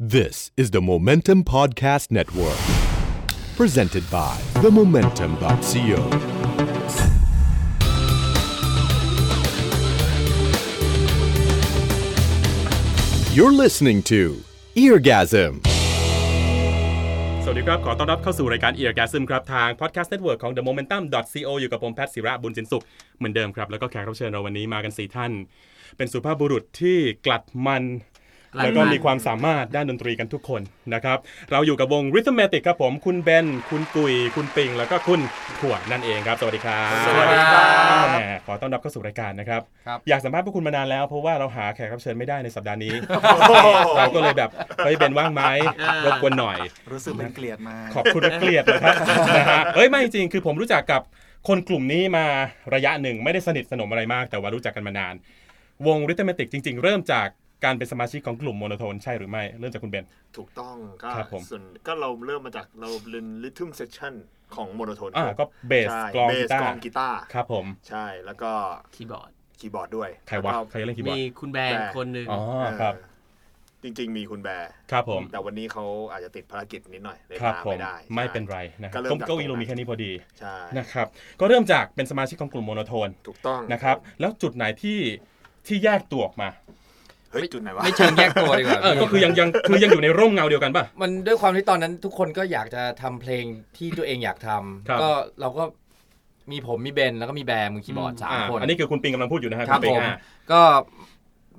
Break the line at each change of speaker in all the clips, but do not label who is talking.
This is the Momentum Podcast Network, presented by themomentum.co. You're listening to Eargasm.
สวัสดีครับ ขอต้อนรับเข้าสู่รายการ e a r g a s m ครับ ทาง podcast network ของ The Momentum co อยู่กับผมแพทย์ศิระบุญจินสุข เหมือนเดิมครับ แล้วก็แขกรับเชิญเราวันนี้มากัน 4 ท่าน เป็นสุภาพบุรุษที่กลัดมัน
กลัดมัน
แล้วก็มีความสามารถด้านดนตรีกันทุกคนนะครับ เราอยู่กับวง Rhythmatic ครับผม คุณเบน คุณกุย คุณปิง แล้วก็คุณถั่วนั่นเองครับ สวัสดีครับ
สวัสดีครับ
แหมขอต้อนรับเข้าสู่รายการนะครับ
ครับ
อยากสัมภาษณ์พวกคุณมานานแล้ว เพราะว่าเราหาแขกรับเชิญไม่ได้ในสัปดาห์นี้ เราก็เลยแบบเฮ้ยเบนว่างไหมรบกวนหน่อย
รู้สึกเป็นเกลียดมา
ขอบคุณและเกลียดนะครับ นะฮะเอ้ยไม่จริงคือผมรู้จักกับคนกลุ่มนี้มาระยะหนึ่งไม่ได้สนิทสนมอะไรมาก แต่ว่ารู้จักกันมานาน วงริทเมติกจริง ๆ เริ่มจากการเป็นสมาชิกของกลุ่มโมโนโทนใช่หรือไม่ เริ่มจากคุณเบน
ถูกต้องก็
ครับผม
ส่วนก็เราเริ่มมาจากเราเรียนลิทึมเซสชั่นของโมโนโทน
อ่าก็เบส
ใช่
กลอง
เบ
กี
ส
ตาก
ลอง
ร์
กีตาร์
ครับผม
ใช่แล้วก็
คีย์บอร์ด
คีย์บอร์ดด้วย
ใครวะ
แล้ก็
ใครเล่นคีย์บอ
มี
ร์ด
คุณแบงค์คนหนึ่ง
อ๋อ
เอ่อ
ครับ
จริง ๆ มีคุณแบร์
ครับผม
แต่วันนี้เขาอาจจะติดภารกิจนิดหน่อยเลย
ครับ
มา
ผม
ไม่ได้
ไม่
ใช่
เป็นไรนะครับ
ก็เริ่
ผม
มจาก
เก้าอี้
ตรง
เรา
นั้น
มีแค่นี้พอดี
ใช่
นะครับก็เริ่มจากเป็นสมาชิกของกลุ่มโมโนโทน
ถูกต้อง
นะครับแล้วจุดไหนที่ที่แยกตัวออกมา
เฮ้ยจุดไหนวะ
ไม่เชิงแยกตัวดีกว่า
เออก็คือยังยังคือยังอยู่ในร่มเงาเดียวกันป่ะ
มันด้วยความที่ตอนนั้นทุกคนก็อยากจะทำเพลงที่ตัวเองอยากทำ
ครับ
ก็เราก็มีผมมีเบนแล้วก็มีแบร์มือคีย์บอร์ดสาม
อ่า
คน
อันนี้คือคุณปิงกำลังพูดอยู่นะฮะ
ครับ
ณปิง
ผม
อ่ะ
ก็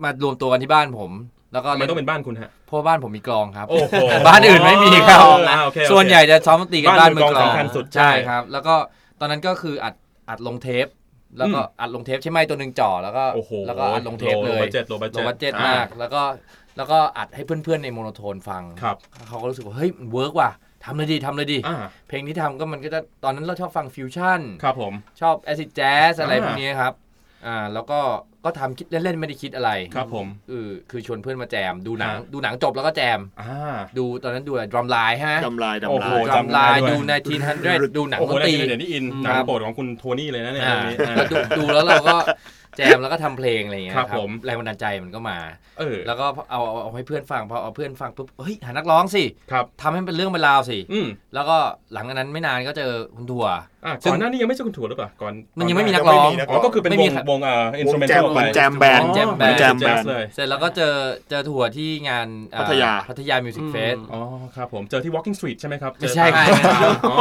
มารวมตัวกันที่บ้านผม แล้วก็
ทำไมต้องเป็นบ้านคุณฮะ
เพราะบ้านผมมีกลองครับ
โอ้โห
บ้านอื่นไม่มีครับ
อ๋ออ่าโอเคโอเค
ส่วนใหญ่จะซ้อมดนตรีกัน
บ้า
บ้าน น
มื
มื
อ
อกก
ล
ล
อง
อง
สำคัญสุด
ใช่
ใช่
ครับ แล้วก็ตอนนั้นก็คืออัดอัดลงเทป แล้วก็
อืม
อัดลงเทปใช้ไม้ตัวหนึ่งจ่อแล้วก็
โอ้โห
แล้วก็อัดลงเทปเลย
โลบัดเจ็ตโลบัดเจ็ต
บัดเจ็ต
อ่าม
มากแล้วก็แล้วก็อัดให้เพื่อนๆในโมโนโทนฟัง
ครับ
เขาก็รู้สึกว่าเฮ้ยมันเวิร์กว่ะทำเลยดีทำเลยดี
อ่า
เพลงที่ทำก็มันก็จะตอนนั้นเราชอบฟังฟิวชั่น
ครับผม
ชอบแอซิดแจ๊สอะไร
อ่า
พวกนี้ครับอ่าแล้วก็ก็ทำคิดเล่นๆไม่ได้คิดอะไร
ครับผม
เออคือชวนเพื่อนมาแจมดูหนัง
ครับ
ดูหนังจบแล้วก็แจม
อ่า
ดูตอนนั้นดูอะไรดรัมไลน์ฮะ
ดำลาย
โอ้
ดำ
โห
ลาย
ดรัมไลน์
จำได้ด้วย
ดูในทีนฮันเดดูหนัง
โอ้โห
ดน
ได้
ตรี
ยินเดี๋ยวนี้อินหนัง
ครับ
โปรดของคุณโทนี่เลยนะเนี่ย
อ่า
เรื่องนี้อ่า
แล้วดูดูแล้วเราก็แจมแล้วก็ทำเพลงอะไรอย่างเงี้ย
ครับผม
แรงบันดาลใจมันก็มา
เออ
แล้วก็เอาเอาเอาให้เพื่อนฟังพอเอาเพื่อนฟังปุ๊บเฮ้ยหานักร้องสิ
ครับ
ทำให้มันเป็นเรื่องเป็นราวสิ
อืม
แล้วก็หลังจากนั้นไม่นานก็เจอคุณถั่ว
อ่า
ซึ่
ก่
ง
อนหน้านี้ยังไม่ใช่คุณถั่วหรือเปล่าก่อน
มันยังไม่มี
ก่
นักร้อง
อ๋อก็คือเป็น
ไม่
ว
มี
ง
ครับ
วงเอ่ออินสตู
วง
เมน
แจ
ทั
ม
ล
เหมือนแจมแบนด์
อ๋อ
เหมือนแจมแบนด์
เลย
เสร็จแล้วก็เจอเจอถั่วที่งานอ่
พัทยา
พัทยามิวสิกเฟส
อ๋อครับผมเจอที่ Walking Street ใช่ไหมครับเจอ
ไม่ใช่ครับ
อ๋อ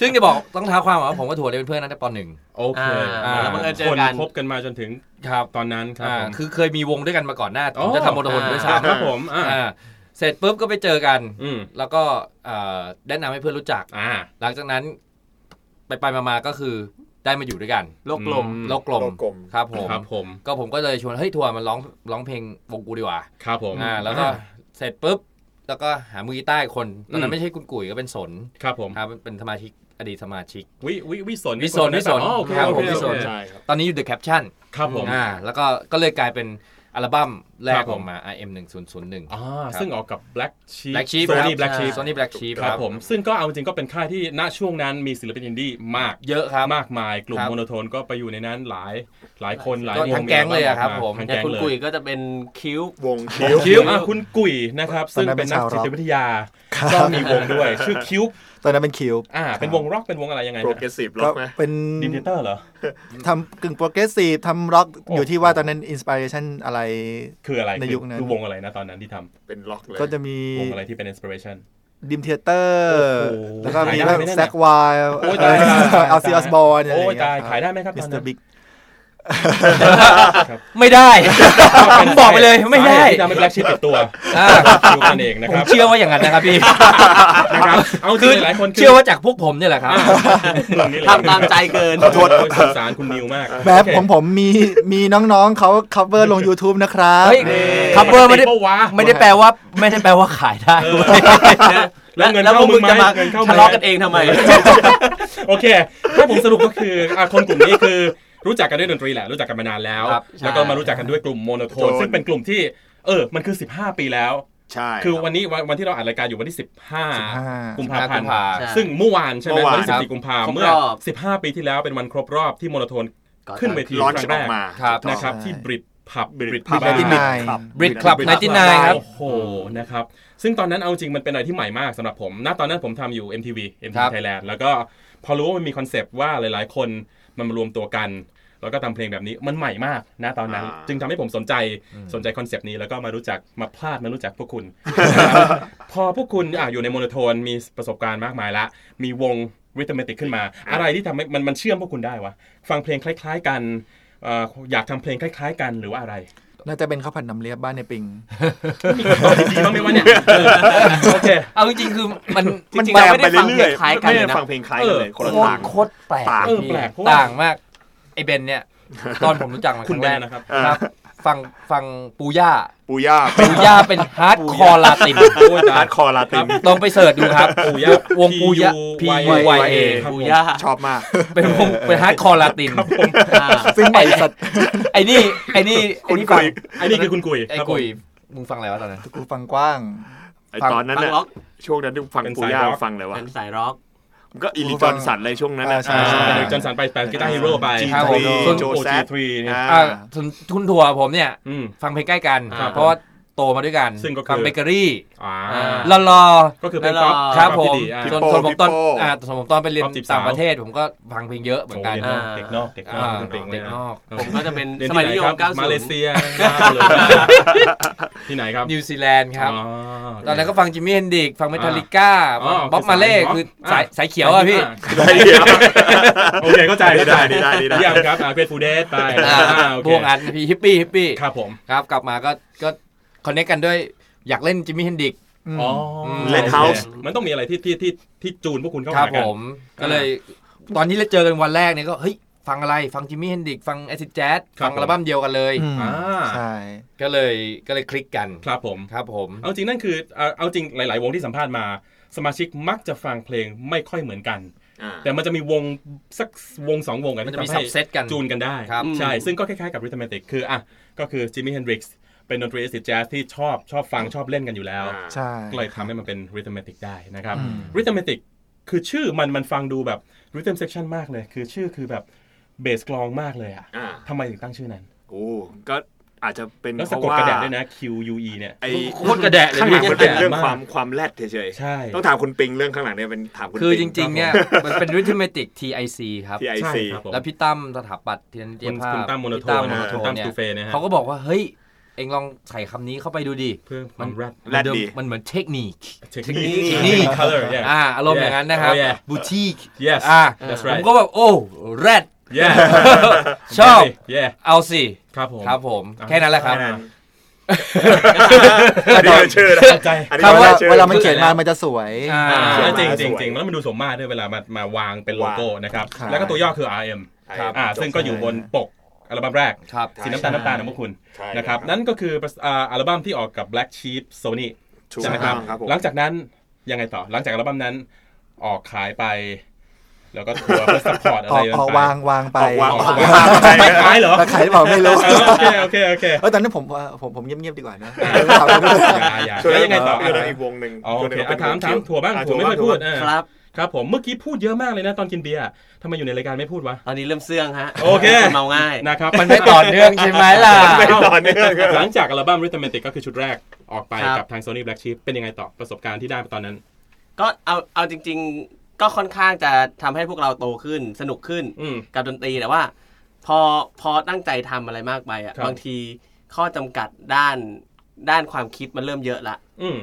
ซึ่งจะบอกต้องเท้าความก่อนว่าผมกับถั่วเนี่ยเป็นเพื่อนนั้งแต่ปหนึ่ง
โอเค
อ่า
แล้วบังเอิญเจอ
คน
กัน
คบกันมาจนถึง
ครับ
ตอนนั้นครับ
อ่า
ผม
คือเคยมีวงด้วยกันมาก่อนหน้าผมจะทำโมโนโทนด้วยซ้
ครับผมอ่า
ำอ่าเสร็จปุ๊บก็ไปเจอกัน
อืม
แล้วก็เอ่อแนะนำให้เพื่อนรู้จัก
อ่า
หลังจากนั้น ไปไปๆมาๆก็คือได้มาอยู่ด้วยกัน
โลกกลม
อืม
โลกกลม
โลกกลม
ครับผม
ครับผม
ก็ผมก็เลยชวนเฮ้ยทัวร์มันร้องร้องเพลงวงกูดีกว่า
ครับผม
อ่าแล้วก็เสร็จปุ๊บแล้วก็หามือกีตาร์อีกคนตอนนั้นไม่ใช่คุณกุ๋ยก็เป็นสน
ครับผม
ครับเป็นสมาชิกอดีตสมาชิก
วิวิวิสน
วิสนวิสน
อ๋อโอเค
ครับ
โอ
ผม
เค
วิสน
โอเค
ใช่ครับ
ตอนนี้อยู่ The Caption
ครับผม
อ่าแล้วก็ก็เลยกลายเป็นอัลบั้มแร
ครั
ก
บผม
ออกมา IM 1 0 0 1
อ่าซึ่งออกกับ Black Sheep
Black Sheep
Sony
ครับ
Black Sheep
Sony Black Sheep
ครับผมซึ่งก็เอาจริงก็เป็นค่ายที่ณช่วงนั้นมีศิลปินอินดี้มาก
เยอะครับ
มากมายกลุ่ม
ครับ
โมโนโทนก็ไปอยู่ในนั้นหลายหลายคนหลาย
ก็
ว
ทั้
ง
งแก๊งเลยอะครับผม
ทั้ง
แต่
แก๊ง
คุณ
เล
กุย
ย
ก็จะเป็นคิ้ว
วงคิ้ว
คิ้วอ่ะคุณกุยนะครับ
ตอ
ซึ่
น
ง
นั้น
เป็นนัก
เป็นชาว
จิต
ร็อก
วิทยา
ครับ
ก็มีวงด้วย ชื่อคิ้ว
ตอนนั้นเป็นคิว
อ่าเป็นวงร็อกเป็นวงอะไรยังไง
โปรเกรสซีฟล็
ก็
อกไหม
เป็น
ดินเทเตอร์เหรอ
ทำกึ่งโปรเกรสซีฟทำร็อก
โอ้
อยู่ที่ว่าตอนนั้นอินสปิเรชันอะไร
คืออะไร
ในยุคนั้น
คือวงอะไรนะตอนนั้นที่ทำ
เป็นล็อกเลย
ก็จะมี
วงอะไรที่เป็น inspiration
ดิมเทเตอร์
โอ้โห
แล้วก็มี
ขายได้
แบบ
ไหมเนี่ย
แซกวาย
โอ้ยตายตายตาย
เอาซีออสบอลอะไร
โอ้ย
อย่างเงี้
ตาย
ย
ขายได้ไหมครับ
มิส
ตอนนั้
เตอน ร์บิ๊ก
ไม่ได้
เป็น
ผมบอกไป เลยไม่ได้
สาเหตุที่ทำให้ Black Sheep ติดตัว
อ่า
ดูกันเองนะ
ผ
ค
ม
รับ
เชื่อว่าอย่างนั้นนะครับ พี่
นะครับ เอาจริงๆหลายคน
เชื่อว่าจากพวกผมเนี่ยแหละครับ
คนนี้เลย
ทำตามใจเกิน
ขอโทษสงสารคุณนิวมาก
แมบของผมมีมีน้องๆเขา cover ลง YouTube นะครับ
เฮ้ย
คับเบอ
cover
ร์
ไม่
ไม่
ได้
ได้วะ
ไม่ได้แปลว่าไม่ได้แปลว่าขายได้เว้ย
แล้วเงิน
แล้วพ
เข้าว
ก
มึ
มึ
ง
ง
ไห
จะมา
เงินเข้ามึ
ทะเลาะกันเองทำไม
โอเค ถ้าผมสรุปก็คืออ่ะคนกลุ่มนี้คือรู้จักกันด้วยดนตรีแหละ รู้จักกันมานานแล้ว
ครับใช่
แล้วก็มารู้จักกันด้วยกลุ่มโมโนโทน ซึ่งเป็นกลุ่มที่ เออ มันคือ 15 ปีแล้ว
ใช่
คือ
รับ
วันนี้วันวันที่เราอัดรายการอยู่วันที่ 15
15
กุมภาพันธ์
ใช่
ซึ่งเมื่อวานใช่ไหม
เมื่อวาน
วันที่14กุมภาพันธ์เมื่อ
ครบรอบ
15 ปีที่แล้วเป็นวันครบรอบที่โมโนโทนขึ้นเวที
ร้อน
ครั้
จะ
ง
อ
แร
อก
ก
มา
ครับ
ถูกต้อง
นะครับ
ใช่
ที่บริด ผับ
Brit
Brit
Pub
Bar
ที่นาย
Brit Club 99 ครับ
โอ้โหนะครับ ซึ่งตอนนั้นเอาจริงมันเป็นอะไรที่ใหม่มากสำหรับผม ณ ตอนนั้นผมทำอยู่ MTV
ครั
MTV
บ
Thailand แล้วก็พอรู้ว่ามันมีคอนเซปต์ว่าหลายๆ คนมันมารวมตัวกัน แล้วก็ทำเพลงแบบนี้มันใหม่มากนะตอนนั้น
อ่า
จึงทำให้ผมสนใจสนใจคอนเซปต์นี้แล้วก็มารู้จักมาพลาดมารู้จักพวก คุณ พอพวกคุณอ่ะอยู่ในโมโนโทนมีประสบการณ์มากมายละ มีวงริทเมติกขึ้นมา อะไรที่ทำให้มันมันเชื่อมพวกคุณได้วะฟังเพลงคล้าย ๆ กันเอ่ออยากทำเพลงคล้าย ๆ กันหรือว่าอะไร
น่าจะเป็นข้าวผัดน้ำเลียบบ้านในปิง
ดีบ้างไหมวะเนี่ยเออโอเค
เอาจริงๆคือมัน
มัน
จริงๆ
แปล
เรา
ง
ไม่
ไป
ได้ฟังเพ
เรื่อ
ล
ยๆ
งคล้ายกัน
ไม่
เลย
ได้
นะ
ฟังเพลงคล้ายกันเลยคนละ
โคต
ต่าง
รโคตรแปลก
ต่าง
เออแปลกเพราะว่า
ต่างมากไอเบนเนี่ย ตอนผมรู้จักมัน
คุณ
งแรก
เบนนะครับ
ครับฟังฟังปูย่า
ปูย่า
ปูย่าเป็นฮาร์ดคอร์ลาติน
โอ้ยตา
ฮาย ร์ดคอร์ลาติน
ลองไปเสิร์ชดูครับ
ปูย่าว
งปูย่า P U Y A
ครับ
ปู
ผม
ย่า
ชอบมาก
เป็นวงเป็นฮาร์ดคอร์ลาติน
อ่า
ซึ่งใหม่สัตว์
ไอ้นี่ไอ้นี่ไอ้นี่ฟัง
คุณกุย
ไอ้นี่คือคุณกุย
ไอ้
ครับผม
กุยมึงฟังอะไรวะตอนนั้น
กูฟังกว้าง
ไอตอนนั้น
ฟัง
น่ะ
ล็อก
ช่วงนั้นที่ฟัง
เป็น
ปู
สาย
ย่า
ร็อก
ฟังเลยวะ
เป็นสายร็อก
มันก็อิลิจอนสันเลยช่วงนั้นน่ะ
อ่าใช่
เด็กจันสันไปแปดกีตาร์ฮีโร่ไป
จี
ครับ
ทรี
ผม
โจแซด
ทรีเนี่ย
อ่า
อ่าทุนทุนทัวร์ผมเนี่ย
อืม
ฟังเพลงใกล้กัน
ครับ
เพราะว่าโตมาด้วยกัน
ซึ่งก็คือ
ฟังเบเกอรี่
อ่า
ลอลอ
ก็คือเป็นป๊อป
ครับผ
ป๊อป
ม
ที่ดีอ่า
พี่
ส่วน
โป้
ส่วนผมตอน
พี่โป้
อ่าส่วนผมตอนไปเรียน
ป๊อปจีบสาว
ต่างประเทศผมก็ฟังเพลงเยอะเหมือนกัน
โเด็กนอกเด็กนอก
อ่า
เด็กนอก
เด็กนอก
ผมก็จะเป็น
เรียน
ส
ที่
มัย
ไหน
นิย
ค
ม
รับ
90
มาเลเซียที่ไหนครับ
นิวซีแลนด์ครับ
อ๋อ
ตอนนั้นก็ฟังจิมมี่เฮนดิกซ์ฟังเมทัลลิก้า
อ๋อ
บ๊อบ
คือสาย
มาเล่
บ๊อบ
คือ
อ่ะ
สายสายเขียวอะพี่
ได้เดียว
โอเคเข้าใจเข้าใจ
ได้ได้ได้ได้
เยี่ยมครับอ่าเป็นฟูเดสไป
อ่า
อ่าโอเค
พวกอันพี่ฮิปปี้ฮิปปี้
ครับผม
ครับกลับมาก็ก็คอนเนคกันด้วยอยากเล่นจิมมี่เฮนดิกซ์
อืม
อ๋อ
เล่น House
มันต้องมีอะไรที่ที่ที่ที่จูนพวกคุณเข้า
ครับ
หากั
ผ
น
มก็เลย ตอนนี้เราเจอกันวันแรกเนี่ยก็เฮ้ยฟังอะไรฟังจิมมี่เฮนดิกฟังแอซิดแจ๊ส
ครั
ฟั
บ
งอัลบั้มเดียวกันเลย
อืม
อ่า
ใช่
ก็เลยก็เลยคลิกกัน
ครับผม
ครับผม
เอาจริงนั่นคือเอาเอาจริงหลาย ๆ วงที่สัมภาษณ์มา สมาชิกมักจะฟังเพลงไม่ค่อยเหมือนกัน
อ่า
แต่มันจะมีวงสักวงสองวงกัน
มัน
ที่
จะมี
ทำให้
subset กัน
จูนกันได้
ครับ
ใช่ ซึ่งก็คล้าย ๆ กับริทเมติกคืออ่ะก็คือจิมมี่เฮนดริกซ์เป็นดนตรีอิสติแจ๊สที่ชอบชอบฟังชอบเล่นกันอยู่แล้ว
ใช่
ก็เลยทำให้มันเป็นริทเมติกได้นะครับ
อืม
ริทเมติกคือชื่อมันมันฟังดูแบบริทเมเซ c ชั o นมากเลย คือชื่อคือแบบเบสกลองมากเลยอ่ะ
อ่า
ทำไมถึงตั้งชื่อนั้น
โอ้ก็อาจจะเป็น
แล้ว
เพ
สะ
ราะ
กด
ว่าก
ระดาษด้วยนะ Q U E เนี่ย
ไอ
โคตรกระแดะเลย
ข้างหลัง
พี่
มันเป็นเรื่อง
กระแดะมาก
ความความแรดเฉยๆ
ใช่
ต้องถามคุณปิงเรื่องข้างหลังเนี่ยเป็นถามคุณ
คือจ
ปิง
ริง ๆ เนี่ย มันเป็นริทเมติก TIC ครับ
ที่ไอ
ใช่
ซี
ครับผม
แล้วพี่ตั้มสถาปัตย์ทีนันเตีย
คุณ
ภาพ
คุณตั้มโมโนโท
พี่ตั้
น
มโมโน
คุณ
โท
ตั้
น
ม
เนี่
ตู
ย
เฟนะฮะ
เขาก็บอกว่าเฮ้ย เองลองใส่คำนี้เข้าไปดูดิ
เพื่อความแรด
แรดดี
มันเหมือนเทคนิค
Technique
Technique
color yeah
อ่าอารมณ์อย่างนั้นนะครับ
Oh, yeah
บูติก
yes
อ่า
that's
ผม
right
ก็แบบโอ้แรด
yeah
ชอบ
yeah
เอาสิ
ครับผม
ครับผมแค่นั้นแหละครับ
แค่นั้น อันนี้ไม่เชื่อนะ
ใจ
อันนี้
ถ้าเว
ไม่
ลา
เชื่อ
เวลามันเขียนมา มันจะสวย
อ่า
เขียนมา
จริง
สวย
จริงจริงแล้วมันดูสมมาตรด้วยเวลามามาวางเป็นโลโก้นะครับ
ครับ
แล้วก็ตัวย่อคือ RM
ครับ
อ่าซึ่งก็อยู่บนปกอัลบั้มแรก
ครับ
สีน้ำตาลน้ำตาลของพวกคุณ
ใช่
นะครับ
ครับ
นั่นก็คือประสอ่าอัลบั้มที่ออกกับ Black Sheep Sony
ถูก
ใช่ไหมค
ต้
รั
อบ งครับผม
หลังจากนั้นยังไงต่อหลังจากอัลบั้มนั้นออกขายไป แล้วก็ทัวร์เพื่อซัพพอร์ตอะ
อ
ไร
อก
กัน
ออก
ไป
วางวางไป
ออกวางออก
ไป
วางไป
ไม่ขายเหรอ
ราคาหรือเปล่าไม่รู้
เออโอเคโอเคโอเค
เออตอนนั้นผมว่าผมผมเงียบๆดีกว่านะ ถามไม่ได้
อย่าอย่า
ช่ว
แล้ว วย ยังไงต่อ
ช่ว
อ่ะ
ยนั้นอีกวงหนึ่ง
อ๋อโอ
ช่ว
เค
นั้น
อ่ะถามถามถั่วบ้าง
อ่ะ
ถั่วไม่ค่อยพูดอ่ะ
ครับ
ครับผมเมื่อกี้พูดเยอะมากเลยนะตอนกินเบียร์ทำไมอยู่ในรายการไม่พูดวะ
ตอนนี้เริ่มเสื่องฮะ
โอเค
เมาง่าย
นะครับ
มันไม่ต่อเนื่องใช่ไหมล่ะ
ไม่ต่อเนื่อง
หลังจากอัลบั้ม Rhythmatic ก็คือชุดแรกออกไป
ครับ
กับทาง Sony Black Sheep เป็นยังไงต่อประสบการณ์ที่ได้ตอนนั้น
ก็เอาเอาจริง ๆ ก็ค่อนข้างจะทำให้พวกเราโตขึ้นสนุกขึ้น
อืม
กับดนตรีแต่ว่า พอพอตั้งใจทำอะไรมากไปอ่ะ
ครับ
บางทีข้อจำกัดด้านด้านความคิดมันเริ่มเยอะละ
อืม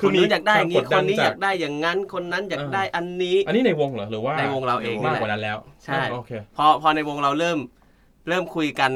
คนนู้นอยากได้อย่างนี้
วม
คนนี้
จ
อยากได้อย่างนั้นคนนั้นอยาก
อ่า
ได้อันนี้
อันนี้ในวงเหรอหรือว่า
ในวงเราเอง
มาก
แหละ
กว่านั้นแล้ว
ใช่
โอเค
พอพอในวงเราเริ่มเริ่มคุยกัน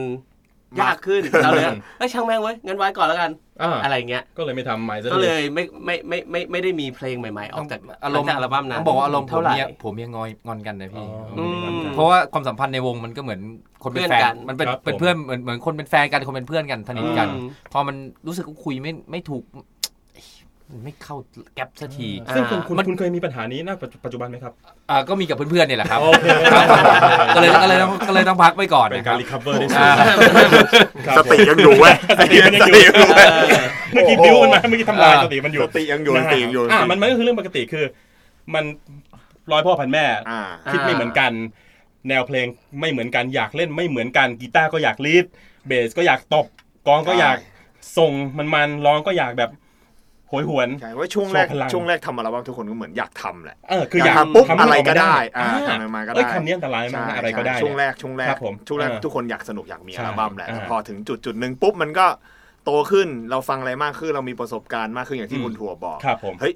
ยาก ขึ้น
มาก
เราเลยเอ้ยช่างแม่งเว้ยงั้นไว้ก่อนแล้วกัน
อ่า
อะไรอย่างเงี้ย
ก็เลยไม่ทำใหม่ซะ
ก็
ที
เลยไม่ไม่ไม่ไมไม่ไม่ได้มีเพลงใหม่ๆ ออกจาก
อารม
หลัง
ณ์
จากอัลบั้มนั้น
ต้องบอกว่าอารมณ์
เท่าไหร่
ผมยังงอยงอนกันนะพี่
อืม
เพราะว่าความสัมพันธ์ในวงมันก็เหมือนคนเป็นแฟ
เพื่อนกัน น
มันเป็น
ครับผม
เป็นเพื่อนเหมือนเหมือนคนเป็นแฟนกันคนเป็นเพื่อนกันสนิทกัน
อืม
พอมันรู้สึกว่าคุยไม่ไม่ถูกเอ้ยมันไม่เข้าแก๊ปสักที
อ่า
ซึ่งคุณคุณคุณเคยมีปัญหานี้ณปัจจุบันไหมครับ
อ่าก็มีกับเพื่อนๆเนี่ยแหละครับ
โอเค
ครับผมก็เลยก็เลยต้องก็เลยต้องพักไว้ก่อน
เป็น
นะค
การ
รับ
รีคัฟเวอร์ได้
อ่า
ครับ
สติยังอยู่เว้ยสติยังอยู่เว้ย
เมื่อกี้บิ้วมันมาเมื่อกี้ทำลายสติมันอยู่
สติยังอยู่สติยังอยู่
อ่ะมันมันก็คือเรื่องปกติคือ มันร้อยพ่อพันแม่
อ่า
คิดไม่เหมือนกัน แนวเพลงไม่เหมือนกันอยากเล่นไม่เหมือนกันกีตาร์ก็อยากลีดเบสก็อยากตบ กองก็อยากส่งมันๆร้องก็อยากแบบโหยหวน
ใช่ว่าช่วงแรก
โชว์พลัง
ช่วงแรกทำอัลบั้มทุกคนก็เหมือนอยากทำแหละ
เออคืออยาก
ทำปุ๊บ
ทำให้
อะไร
กมา
ก็ได้อ่า
อ่
ทำอะไรมาก็ได้
เอ้ยคำนี้อันตรายมาก
ใช่
นะอะไรก็ได้เนี่ย
ใช่ช่วงแรกช่วงแรก
ครับผม
ช่วงแรก
เออ
ทุกคนอยากสนุกอยากมี
ใช่
อัลบั้มแหละแต่
อ่า
พอถึงจุดจุดหนึ่งปุ๊บมันก็โตขึ้นเราฟังอะไรมากขึ้นเรามีประสบการณ์มากขึ้นอย่าง
อื
ที่
ม
คุณถั่วบอก
ครับผม
เฮ้ย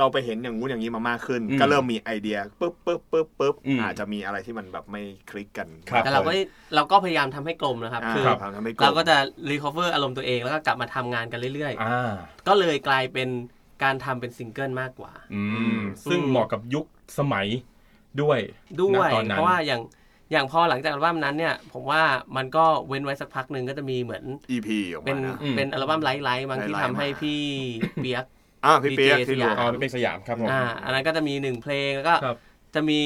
เราไปเห็นอย่างงู้นอย่างนี้มามากขึ้น
อืม
ก็เริ่มมีไอเดียปุ๊บปุ๊บปุ๊บปุ๊บ
อืม
อาจจะมีอะไรที่มันแบบไม่คลิกกัน
ครับ
แต่เราก็เราก็พยายามทำให้กลมนะครับ
อ่า
คือ
ครับทำให้ลม
เราก็จะรีคอเวอร์อารมณ์ตัวเองแล้วก็กลับมาทำงานกันเรื่อย
อ่า
ๆ ก็เลยกลายเป็นการทำเป็นซิงเกิลมากกว่า
อืมซึ่งเหมาะกับยุคสมัยด้วย
ด้วย
ณตอนนั้น
เพราะว่าอย่างอย่างพอหลังจากอัลบั้มนั้นเนี่ย ผมว่ามันก็เว้นไว้สักพักหนึ่งก็จะมีเหมือน
EP ออก
เป็
มาน นะ
อืม
เป็นอัลบั้มไลท์ไลท์บางที่
ไลท์
ทำ
ๆมา
ให้พี่ เปียก
อ่าพี่
DJ
เปียกที่รู้
สยาม
อ๋อเป็นสยามครับผม
อ่าอันนั้นก็จะมีหนึ่งเพลงแล้วก็
ครับ
จะมี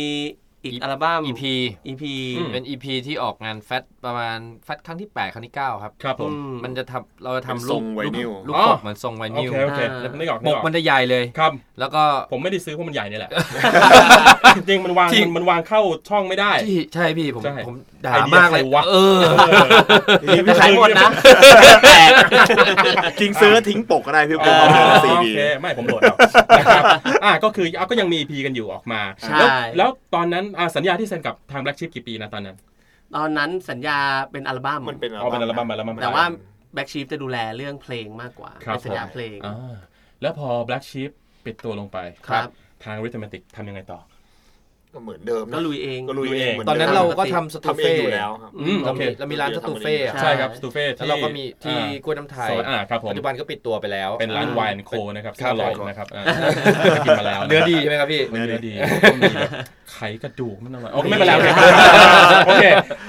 อีกอัลบั้ม
EP
EP
อืม
เป็น EP ที่ออกงานแฟตประมาณแฟตครั้งที่ 8 ครั้งที่ 9 ครับ
ครับผม
อืม
มันจะทำเราจะ
เป็นท
ทำลู
ร
ก
งไวนิล
ลูก
อ๋อ
กบเหมือนทรงไว
โอ
นิล
เคโอเค
อ่า
แล้วนึกออก
ป
นึ
ก
ออ
มันจะใหญ่เลย
ครับ
แล้วก็
ผมไม่ได้ซื้อเพราะมันใหญ่เนี่ยแหละ จริงๆมันวางมันมันวางเข้าช่องไม่ได้
ที่ใช่พี่ผม
ใช่
ผมด่ามากเลย
ไอเดียใครวะ
เออ
ไม่ขายหมดนะ
จริงซื้อทิ้งปกก็ได้พี่เปียกเอา
อ๋
มา
อ
ซี
โอ
ดี
เคไม่ผมโหลดแล้วนะครับอ่าก็คือเอาก็ยังมี EP กันอยู่ออกมา
ใช่
แล้วแล้วตอนนั้นอ่าสัญญาที่เซ็นกับทางแบล็กชิพกี่ปีนะตอนนั้น
ตอนนั้นสัญญาเป็นอัลบั้ม
มันเป็น
เอาเป็นอัลบั้มอัลบั้ม
แต่ว่าแบ็กชีฟจะดูแลเรื่องเพลงมากกว่า
ครับ
เป็นสัญญาเพลง
อ่าแล้วพอ Black Sheep ปิดตัวลงไป
ครับ
ทาง Rhythmatic ทำยังไงต่อ
ก็เหมือนเดิมนะ
ก็ลุยเอง
ก็ลุยเองเหมื
ตอนนั้น
ดิม
เราก็ทำสตู
ทำเอง
เฟ่
อยู่แล้วครับ
อืม
เรา
โอเค
มีเรามีร้านสตูเฟ่อะ
ใช่
ใช่ครับสตูเฟ่
แล้วเราก็มีที่กล้วยน้ำไทย
ซอยอ่าครับผม
ปัจจุบันก็ปิดตัวไปแล้ว
เป็นร้านไวน์โคนะครับซึ่ง
ครั
อบ ร่อยนะครับอ่ากินมาแล้วะ
เนื้อดีใช่ไหมครับพี่
เนื้อดีก็มีแบบไขกระดูกมันอร่อยโอเคไม่เป็นไรโอเคโอเค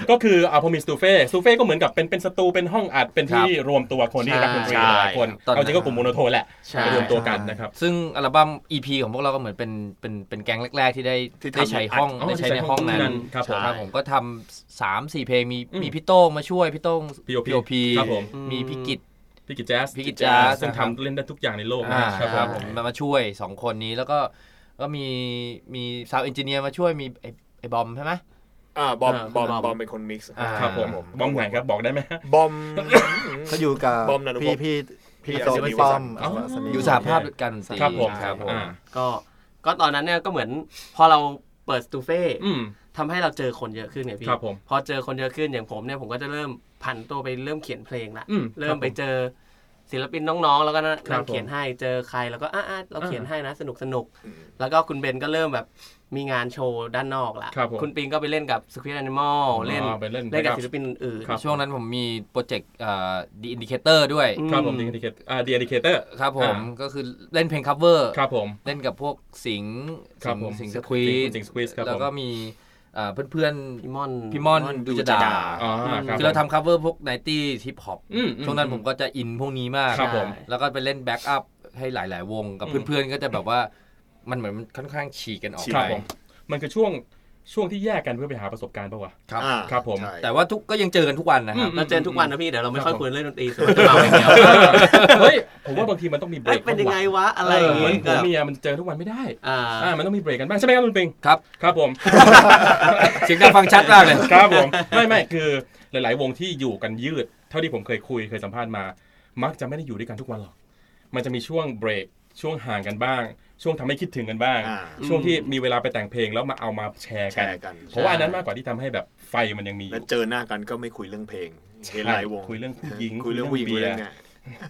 ก็คือเอาพอมีสตูเฟ่สตูเฟ่ก็เหมือนกับเป็นเป็นสตูเป็นห้องอัดเป็นที่รวมตัวคนที่รักดนตรีหลายๆคน
ตอนนั้น
เอาจริงก็กลุ่มโมโนโทนแหละ
ใช่
ไปรวมตัวกันนะครับ
ซึ่งอัลบั้ม EP ของพวกเราก็เหมือนเป็นเป็นเป็นแก๊งแรก ๆ ที่ได้
ที่ทำ
ได้ใช้ห้อง
อ๋อ
ได้ใช้
ที่
ใน
ใช้ห้
ห้
อ
อง งนั้น
นั้นครับผม
ใช่ครับผมก็ทำสามสี่เพลงมี
อืม
มีพี่โต้งมาช่วยพี่โต้ง
POP
POP
ครับผม
มีพี่กิจ
พี่กิจแจ๊ส
พี่กิจแจ๊ส
ซึ่งทำเล่นได้ทุกอย่างในโลก
อ่า
นะครับ
ครับ
ผ
ผม มมามาช่วยสองคนนี้แล้วก็ก็มีมีซาวเอนจิเนียร์มาช่วยมีไอ้ไอ้บอมใช่ไหม
อ่าบอม
อ่า
บอมบอมเป็นคนมิกซ์
อ่า
ครับผมบ้องไหนครับบอกได้ไหมฮะ
บอม
เขาอยู่กับบ
อมนะ
พี่พี่พี่โซ
พี่
ป้อม
อ๋อ
สนิท
อยู่สหภาพการดนตรี
ครับผม
ครับผม
อ่า
ก็ก็ตอนนั้นเนี่ยก็เหมือนพอเราเปิดสตูเฟ่
อืม
ทำให้เราเจอคนเยอะขึ้นไงพี่
ครับผม
พอเจอคนเยอะขึ้นอย่างผมเนี่ยผมก็จะเริ่มผันตัวไปเริ่มเขียนเพลงละ
อืม
เริ่
ครั
ม
บผม
ไปเจอศิลปินน้องๆ แล้วก็
ครั
นั่
บ
งเขียนให้เจอใครแล้วก็อ่ะๆเราเขียน
อ่า
ให้นะสนุกสนุกแล้วก็คุณเบนก็เริ่มแบบมีงานโชว์ด้านนอกละ
ครับผม
คุณปิงก็ไปเล่นกับ Squid Animal เล่น
อ๋อไปเล่น
กับ
ไปกับ
ศิลปินอื่นๆ
ครับ
ช่วงนั้นผมมีโปรเจกต์เอ่อ The Indicator ด้วย
อืม
ครับผมดีเอดิเคเตอร์อ่าดีเอดิเคเตอร์
ครับผม
อ่า
ก็คือเล่นเพลง cover
ครับผม
เล่นกับพวกสิงห์
ครับ
สิงห์
ผม
สิงห์สควี
สิงห์ Squeeze ครับผม
แล้วก็มีเอ่อเพื่อน
พี่มอน
ๆพี่มอนดูจดา
อ๋อครับ
คือเรา
ผม
ทำ cover พวกไนตี้ฮิปฮอป
อืมอืม
ช่วงนั้นผมก็จะอินพวกนี้มาก
ครับผม
แล้วก็ไปเล่นแบ็กอัพให้หลาย ๆ วงกับ
อืม
เพื่อนๆ ก็จะแบบว่ามันเหมือนมันค่อนข้างฉีกกันออก
ฉีก
ครับ
ไป
ผมมันคือช่วงช่วงที่แยกกันเพื่อไปหาประสบการณ์ปะวะ
ครับ
อ่า
ครับผม
ใช่
แต่ว่าทุกก็ยังเจอกันทุกวันนะครับ
เราเจอทุกวันนะพี่เดี๋ยวเราไม่ค่อย
ครับผม
คุยเรื่องดนตรีส่วนจะเมาอย่างเดียว
เฮ้ยผมว่าบางทีมันต้องมีเบร
เอ้ย
ก
เป็นยังไงวะอะไร
เอ
อ
อย่าง เหมือนผั
งี้
วเมียมันเจอทุกวันไม่ได้
อ่า
อ่ามันต้องมีเบรกกันบ้างใช่ไหมครับคุณปิง
ครับ
ครับผม
เสียงดังฟังชัดมากเลย
ครับผมไม่ไม่คือหลาย ๆ วงที่อยู่กันยืด เท่าที่ผมเคยคุยเคยสัมภาษณ์มา มักจะไม่ได้อยู่ด้วยกันทุกวันหรอก มันจะมีช่วงเบรกช่วงห่างกันบ้าง ช่วงทำให้คิดถึงกันบ้าง
อ่า
ช่วงที่มีเวลาไปแต่งเพลงแล้วมาเอามาแชร์กัน
แชร์กัน
เพราะว่าอันนั้นมากกว่าที่ทำให้แบบไฟมันยังมีอ
แล้ว
ยู่
เจอหน้ากันก็ไม่คุยเรื่องเพลงเห็นหลายวง
คุยเรื่องผู้หญิง
คุยเรื่องผู้หญิงคุยเรื่องเนี่ย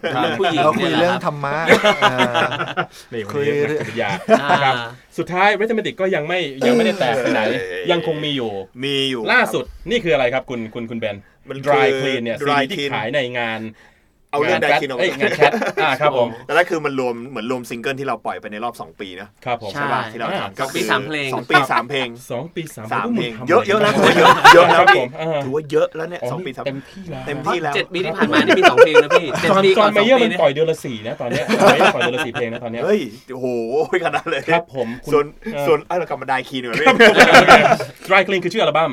เรื่องผู้หญิง
เราคุย
นี่แหละ
เรื่อง
บ
ธรรมะ
เบรก
คุ
คุย
ย
เรื่องนักจิตวิทยา
อ่า
นะครับสุดท้ายเวทมติกก็ยังไม่ยังไม่ได้แตกไปไหน ยังคงมีอยู่
มีอยู่
ล่าสุดนี่คืออะไรครับคุณคุณคุณเบน
มัน
dry clean เนี่ยซี
dry
ดีที่
clean
ขายในงาน
เอาเรื่อง dry clean ออก
เอ้ยงานแชทอ่าครับผม
แล้วนั่นคือมันรวมเหมือนรวมซิงเกิลที่เราปล่อยไปในรอบ 2 ปีนะครับ
ผม
ใช่
ใช่ป่ะที่เราทำ
ส
ก็
องปีสามเพลง
สองปีสามเพลง
สองปีสาม
สาม
พวก
เพ
มึ
ลง
ทำ
เยอะเยอะแล้ว
ไร
ถือว่าเยอะเยอะ
ค
แล้
รับ
ว
ผ
พี่
มอ่า
ถือว่าเยอะแล้วเนี่ยสองปีสาม
เต็มที่แล้ว
เต็มที่แล้ว
เจ็ดปีที่ผ่านมานี่มีสองเพลงนะพี่เจ็ด
จอน
ปี
จ
ก่
อ
อน นส
มา
อง
เยอะ
ปี
มัน
นี่
ปล่อยเดือนละสี่นะตอนเนี้ยจอนมาเยอะปล่อยเดือนละสี่เพลงนะตอนเนี้ย
เฮ้ย โหขนาดเลย
ครับผมคุณ
ส่วน
เอ่อ
ส่วนไอ้เรากลับมาได้คีย์หน่อยพี่
dry clean คือชื่ออัลบั้ม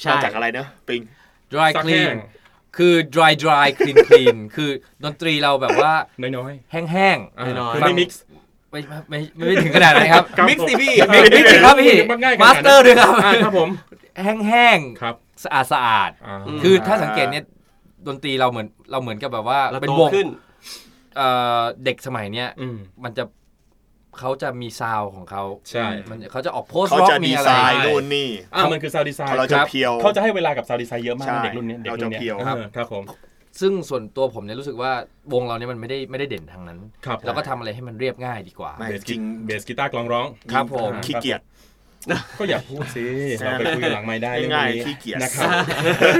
ใช่
มาจากอะไรนะปิง
dry
ซักแห้
clean
ง
คือ dry dry clean clean คือดนตรีเราแบบว่า
น้อย
แห้ง
ๆอ่า
น้อยๆ
คือไม่มิกซ์
ๆไม่ไม่ไม่ไม่ถึงขนาดนั้นครับ
ครับ
มิกซ์สิพี่
มิกซ์
มิกซ์สิครับพี่
นง่ายขน
มาสเตอร์ด้วยครับ
อ่าครับผม
แห้ง
ครับ
ๆสะอาดสะอาด
อ่า
คือถ้าสังเกตเนี่ย ดนตรีเราเหมือนเราเหมือนกับแบบว่า
เรา
เป็น
โต
วง
ขึ้น
เอ่อเด็กสมัยเนี้ย
อืม
มันจะเขาจะมีซาวของเขา
ใช่
มันเขาจะออกโพสต์
เขา
ร็อก
จะ
มี
ดี
อะไร
ไซน์นู่นนี่
อ่ะมันคือซาวดีไซน์
เราจะเพียว
เขาจะให้เวลากับซาวดีไซน์เยอะมาก
ใช่
นะเด็กรุ่นเนี้ยเด็กรุ่นเนี้
เราจะเพียว
ครับครับผม
ซึ่งส่วนตัวผมเนี่ยรู้สึกว่าวงเราเนี่ยมันไม่ได้ไม่ได้เด่นทางนั้น
ครับ
เราก็ทำอะไรให้มันเรียบง่ายดีกว่า
ไม่
เบส
จ
จริ
ริ
ง
ง
เบสกีตาร์กลองร้อง
ครับผม
ขี้เกียจ
ก็อย่าพูดสิเราไปคุยกันหลังไม่ได้เรื่อง
ง่าย
นี้
ๆขี้เกียจ
นะครับ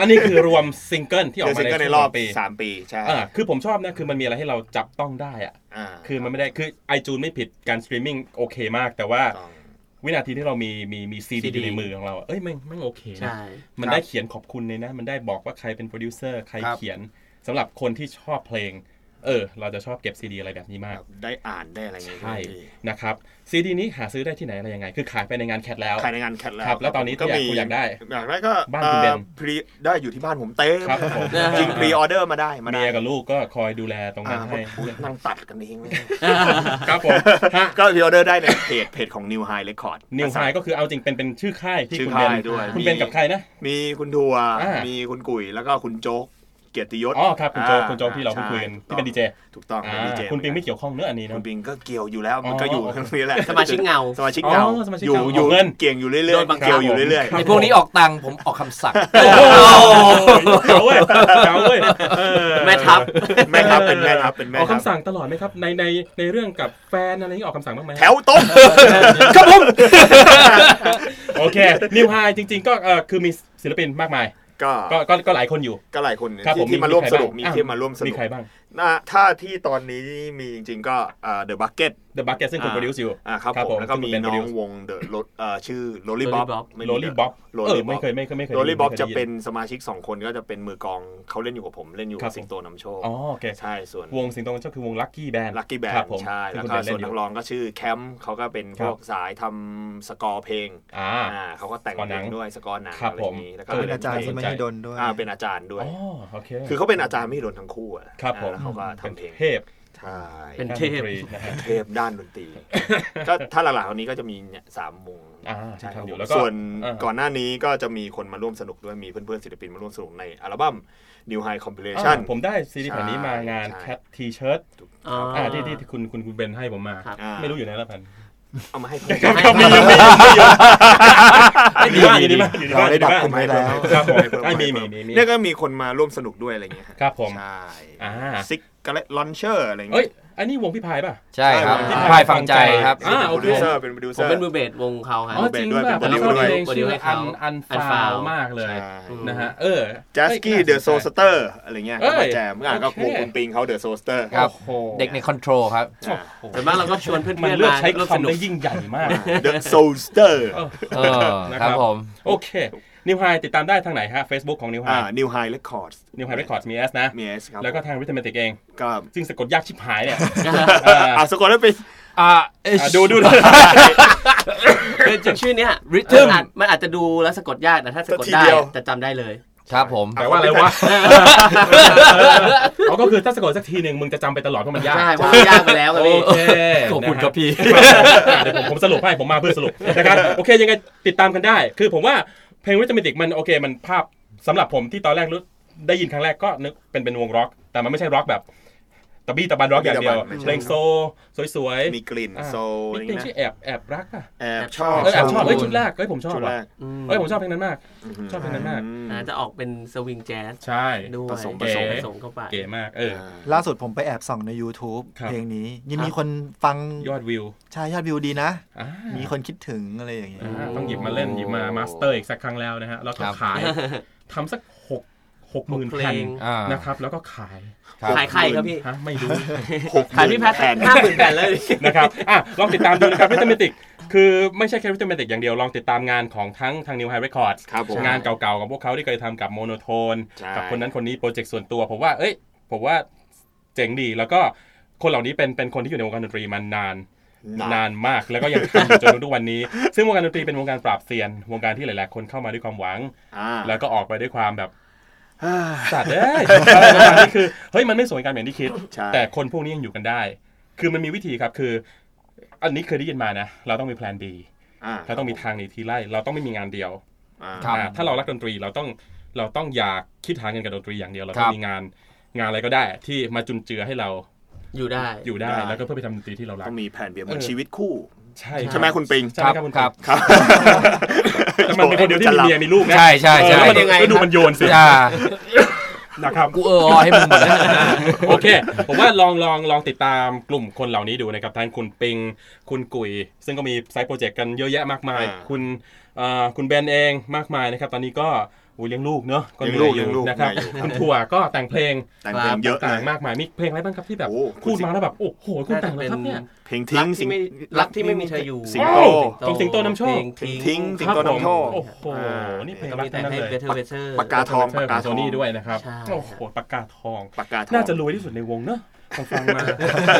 อันนี้คือรวมซิงเกิลที่ออ
เดื
กมา
อนซิงเกิล
ใน
ใน
ร
ร
อ
อ
บบ ปี
สามปีใช่
อ่าคือผมชอบนะคือมันมีอะไรให้เราจับต้องได้อะ
อ่า
คือมันไม่ได้คือ iTunes ไม่ผิดการสตรีมมิ่งโอเคมาก แต่ว่า
ต้อง
วินาทีที่เรามีมีมีซีดี
CD
อยู่ในมือของเราอะเอ้ยแม่งแม่งโอเคนะ
ใช่
มันได้เขียนขอบคุณเลยนะ มันได้บอกว่าใครเป็นโปรดิวเซอร์ใคร
ครับ
เขียนสำหรับคนที่ชอบเพลง เออ เราจะชอบเก็บซีดีอะไรแบบนี้มาก
แบบได้อ่านได้อะไรอย่างเงี้ย
ใช่นะครับซีดีนี้หาซื้อได้ที่ไหนอะไรยังไง คือขายไปในงานแคทแล้ว
ขายในงานแคทแล้ว
ครับแล้วตอนนี้ถ้าอยากกูอยากได้
อยากได้ก็
บ้านคุณเบน
อ่อพรีได้อยู่ที่บ้านผมเต้
ครับผม
จริงพรีออเดอร์มาได้มา
เมี
ได้
ยกับลูกก็คอยดูแลตรง
อ่า
นั้นให้
พูดนั่งตัดกันเองเลย
ครับผม ฮะ
ก็พรีออเดอร์ได้ในเพจเพจของ New High Record
นิวไฮก็คือเอาจริงเป็นเป็นชื่อค่ายที่
ชื่อ
คุณ
ค่า
เบ
ย
น
ด้วย
คุณ
มี
เบนกับใครนะ
มีคุณทัวร์
อ่ามี
มีคุณกุ๋ยแล้วก็คุณโจ๊กเกียรติยศ
อ๋อครับคุณโจ
า
คุณโจที่เราคุยกันที่เป็นดีเจ
ถูกต้อง
อ่า
เป็น DJ
คุณปิงไม่เกี่ยวข้องเนอะอันนี้เน
คุ
อะ
ณปิง ก็เกี่ยวอยู่แล้วมันก็
อ๋อ
อ
อยู่
ทั้งนี้แหละ
สมาชิกเงา
สมาชิกเงา
อ๋อสมาชิก
อยู่
เงา
อยู่
เงิน
เกี่ยงอยู่เรื่
โด
อย
นบังคับ
ๆเกี่ยวอยู่เรื่อย
ครับ
ไอ้พวกนี้ออกตังค์ผมออกคำสั่ง
เจ๋วเว้ยเจ๋วเว้ยเออ
แม่ทัพ
ๆแม่ครับเป็นแม่ครับเป็นแม่
ออก
ครับ
คำสั่งตลอดไหมครับในในในเรื่องกับแฟนอะไรนี้ออกคำสั่งบ้างไหม
แถวต้ม
โอเคนิวไฮจริง ๆ ก็เออคือมีศิลปินมากมาย
ก็
ก็ก็ก็หลายคนอยู่
ก็หลายคนเนี่ย
ครับผ
ที่
ม
ที่มาร่วมสนุกมี
ใคบ้ง
ที่มาร่วมสนุ
มี
ก
ใครบ้าง
น่าถ้าที่ตอนนี้มีจริงๆก็เดอะบักเก็ต
The Bucket ซึ่งคุณ
อ่า
โปรดิวซ์อยู่
อ่าครับ
ครับ
ผ
ผม
มแล้วก็มี
ซึ่งเป็น
น้อ
produce
งวงเดอะรถชื่อโรลลี่บ๊อบ
Bob
โรลลี่บ๊อบเออ
Lolly
ไม่เค
Bob
ยไม่เคยไม่เคย
โรลลี่บ๊อบ
ไม่คย
จะเป็น
ได้ยิ
สมาชิก 2 คนก็จะเป็นมือกลองเขาเล่นอยู่กับผมเล่นอยู่
ครั
กั
บบ ผม
สิงโตนำโชค
อ๋อโอเค
ใช่ส่วน
วงสิงโตนำโชคคือวง Lucky Band
ลักกี้แบน
ครับผม
ใช่
ที่
แล้ว
คุณ
ก็
เบนเล่
ส่วน น
อ
นั
ยู่
กร้องก็ชื่อแคมป์เขาก็เป็น
ค
พ
รับ
วกสายทำสกอร์เพลง
อ่า
อ่าเขาก็แต่
ส
ง
กอร์ห
เพ
นั
ล
ง
งด้วยสกอร์หนัง
ครับ
อะไรอย่าง
ผม
นี้แล้วก็
เออ
เป็นอาจารย์
เพล
ส
ง
มัยดนด้วย
อ่าเป็นอาจารย์ด้วย
อ๋อโอเค
คือเขาเป็นอาจารย์ไม่โดนทั้งคู่อะ
ครับผม
แล้วเขาก็ทำเพลง
เทพ
ใช่
เป็นเทพ
ดรีนะฮะ
เทพด้านดนตรี ก็ถ้าหลักๆคนนี้ก็จะมีเนี่ยสามวง
อ่าที่ทำอยู่แล้วก็
ส่วน
อ่า
ก่อนหน้านี้ก็จะมีคนมาร่วมสนุกด้วยมีเพื่อนๆศิลปินมาร่วมสนุกในอัลบั้ม New High Compilation
อ่าผมได้ซีดีแผ่นนี้มางาน
ใช่
แคททีเชิร์ต
อ๋ออ
ที่ที่ที่คุณคุณคุณเบนให้ผมมา
ครับ
อ่า
ไม่รู้อยู่ไหนแล้วแผ่น
เอามาให้ผม
ก็มีอยู่มีอยู่มีอยู่อยู่ที่บ้านอยู่ที่บ้านอยู่ที่บ้าน
ผมให้แล้ว
ครับผม
ผม
ไอ้
ให้
มี
ผม
มีมีมี
เนี่ยก็มีคนมาร่วมสนุกด้วยอะไรอย่างเงี้ยฮะ
ครับผม
ใช่
อ่า
ซิกกาเลตลอนเชอร์อะไรอย่าง
เอ้ย
เงี้ย
อันนี้วงพี่พายป่ะ
ใช่ครับ
ใช่
พายฟังใจครับ
อ่า
เป็น
โอ
โปร
เค
ดิวเซอร์เป็นโปรดิว
ผ
เซ
ม
อร์
เป็นมือเบสวงเขาครับ
อ๋อจริงแบบ
เป็น
แล้ว
โป
ก็
รดิวด้วย
เพลงชื่อ
โปรดิวให้
อั
เขา
นอัน
อัน
ฟา
ฟาว ว
มากเลย
ใช่
นะฮะเออ
จัสกี้เดอะโซสเตอร์อะไรเงี้ยก็มาแจมอ่ะก็วงคุณปิงเขาเดอะโซสเตอร์
ครับ
โอ้โห
เด็กในคอนโทรลครับ
โอ้โห
ส่วนมากเราก็ชวนเพื่
มัน
อน
เลื
ๆ
อก
มา
ใช้
ร่วมสนุ
คำ
ก
ได้ยิ่งใหญ่มาก
เดอะโซสเตอร์
เออ
นะค
ค
รั
รับ บผม
โอเคนิวไฮติดตามได้ทางไหนฮะ Facebook ของนิวไฮ
อ่า New High Records
นิวไฮเรคคอร์ดมีเอสนะ
มีเอสครับ
แล้วก็ทางริทเมติกเอง
ก็
ซึ่งสะกดยากชิบหายเนี่ยเออ
อ่ะสะกดแล้วเป็น
อ่า
อ่ะดูดูดู
คือจริงชื่อเนี้ย
Rhythm
มันอาจมันอาจจะดูแล้วสะกดยากแต่ถ้าสะกด
แต่ที
ได้
เดียว
จะจำได้เลย
ครับผม
แต่ว่าอะไรวะเขาก็คือถ้าสะกดสักทีหนึ่งมึงจะจำไปตลอดเพราะมันยาก
ใช่เพราะมันยากไปแล้วครับ
โอ
พี่
เค
ขอบคุณครับพี่
อ่ะเดี๋ยวผมผมสรุปให้ผมมาเพื่อสรุปนะครับโอเคยังไงติดตามกันได้ คือผมว่าเพลงริทเมติกมันโอเคมันภาพสำหรับผมที่ตอนแรกรู้ได้ยินครั้งแรกก็นึกเป็นเป็นวงร็อก แต่มันไม่ใช่ร็อกแบบตะบี้ตะบันร็อกอย่างเดียว
ตะบี้ตะบันไม่ใช่
เพลงโซลสวยๆ
มีกลิ่น
อ่ะ
โซอะ
มี
ไร
เพลง
เงี้ย
ชื่อ
นะ
แอบแอบรักอ่ะ
แอบชอบ
เออแอบชอบ
ชอบ
เอ้ยชุดแรกเอ้ยผมชอบ
ชุด
ว่ะ
แรก
เอ้ยผมชอบเพลงนั้นมาก ชอบเพลงนั้นมาก
อาจจะออกเป็นสวิงแจ๊ส
ใช่
ด้วย
ผสม
ผสม
ผสมเข้าไป
เก๋มากเออ
ล่าสุดผมไปแอบส่องใน YouTube
ครับ
เพลงนี้ยังมีคนฟัง
ยอดวิว
ใชายยอดวิวดีนะ
อ่า
มีคนคิดถึงอะไรอย่างเงี้ย
อ่าต้องหยิบมาเล่นหยิบมามาสเตอร์อีกสักครั้งแล้วนะฮะ แล้วก็
ครับ
ขายทำสักหกหกหมื่น
หกเพล
แผ่น
ง
อ่า
นะครับ แล้วก็ขาย
ครับ
ขายใครครับพี่
ฮะไม่รู้
ขายพี่แพท
แผ่น
ห้าหมื่นแผ่นเลย
นะครับอ่ะลองติดตามดูนะครับวิตามินติกคือไม่ใช่แค่วิตามินติกอย่างเดียว ลองติดตามงานของทั้งทาง New High Records
ครับผม
งานเก่าๆของพวกเขาที่เคยทำกับโมโนโทน
ใช่
กับคนนั้นคนนี้โปรเจกต์ส่วนตัว ผมว่าเอ้ยผมว่าเจ๋งดีแล้วก็คนเหล่านี้เป็นเป็นคนที่อยู่ในวงการดนตรีมานาน นานมากแล้วก็ยังทำอยู่จนถึงทุกวันนี้ ซึ่งวงการดนตรีเป็นวงการปราบเซียน วงการที่หลาย ๆ คนเข้ามาด้วยความหวัง
อ่า
แล้วก็ออกไปด้วยความแบบสัตว์เอ้ยประมาณนี้คือเฮ้ยมันไม่สวยงามอย่างที่คิด
ใช่
แต่คนพวกนี้ยังอยู่กันได้ คือมันมีวิธีครับคือ อันนี้เคยได้ยินมานะ เราต้องมีแพลน B
อ่า
เราต้องมีทางหนีทีไล่ เราต้องไม่มีงานเดียว
อ่า
ครับ
อ่าถ้าเรารักดนตรีเราต้อง เราต้องอยากคิดหาเงินกับดนตรีอย่างเดียวเราต้
ค
อ
รั
ง
บ
มีงานงานอะไรก็ได้ ที่มาจุนเจือให้เรา
อยู่ได้
อยู่ได้
ได้
แล้วก็เพื่อไปทำดนตรีที่เรารัก
ต้องมีแผนเบียร์เหมือ
เอนอ
ชีวิตคู่
ใช่
ใช่ไหมคุณปิง
ใช่ครับคุณ
ครับ
ครับ
แต่มันเป็นคนเดียวที่มีเมียมีลูกนะ
ใช่ใช่ใช่
เออแล้วมัน
ยังไง
ก็ดู
ครับ
มันโยนสิ
อ่า
นะครับ
กูเอออให้มึงหมดนะ
โอเค ผมว่าลองลองลองติดตามกลุ่มคนเหล่านี้ดูนะครับทั้งคุณปิง คุณกุย ซึ่งก็มีไซต์โปรเจกต์กันเยอะแยะมากมาย
อ่า
คุณเอ่อคุณแบนเองมากมายนะครับ ตอนนี้ก็อุ้ยเลี้ยงลูกเนอะก็เหนื่อ
เลี้ยงลูก
นะครับ
เลี้ยงลูก
คุณถั่วก็แต่งเพลง
แต่งเพลงเยอะ
ต่า
นะ
งๆมากมายมีเพลงอะไรบ้างครับที่แบบ
โอ้คุณ
พูดมาแล้วแบบโอ้โหคุณแต่งเลยครับเนี่ย
เพลง
รั
ทิ้
ก
ง
ที่ไม่รักที่ไม่มีเธออยู่
สิงโต
โอ้ ต้องสิงโตนำโชค
เพลง
เพลงทิ้ง สิงโต
ครับผม
นำโชค
โอ้โห
อ่า
นี่เพลง
ก็
รัก
มีแต่
ทั้งนั้น
ให้
เลย
เบเธอเบเธอ
ปากกาทอง
เชิญ
ปากกา
โซ
ทอง
นี่ด้วยนะครับ
ใช่
โอ้โหปากกาทอง
ปากกาทอง
น่าจะรวยที่สุดในวง เนอะผมฟังมานะ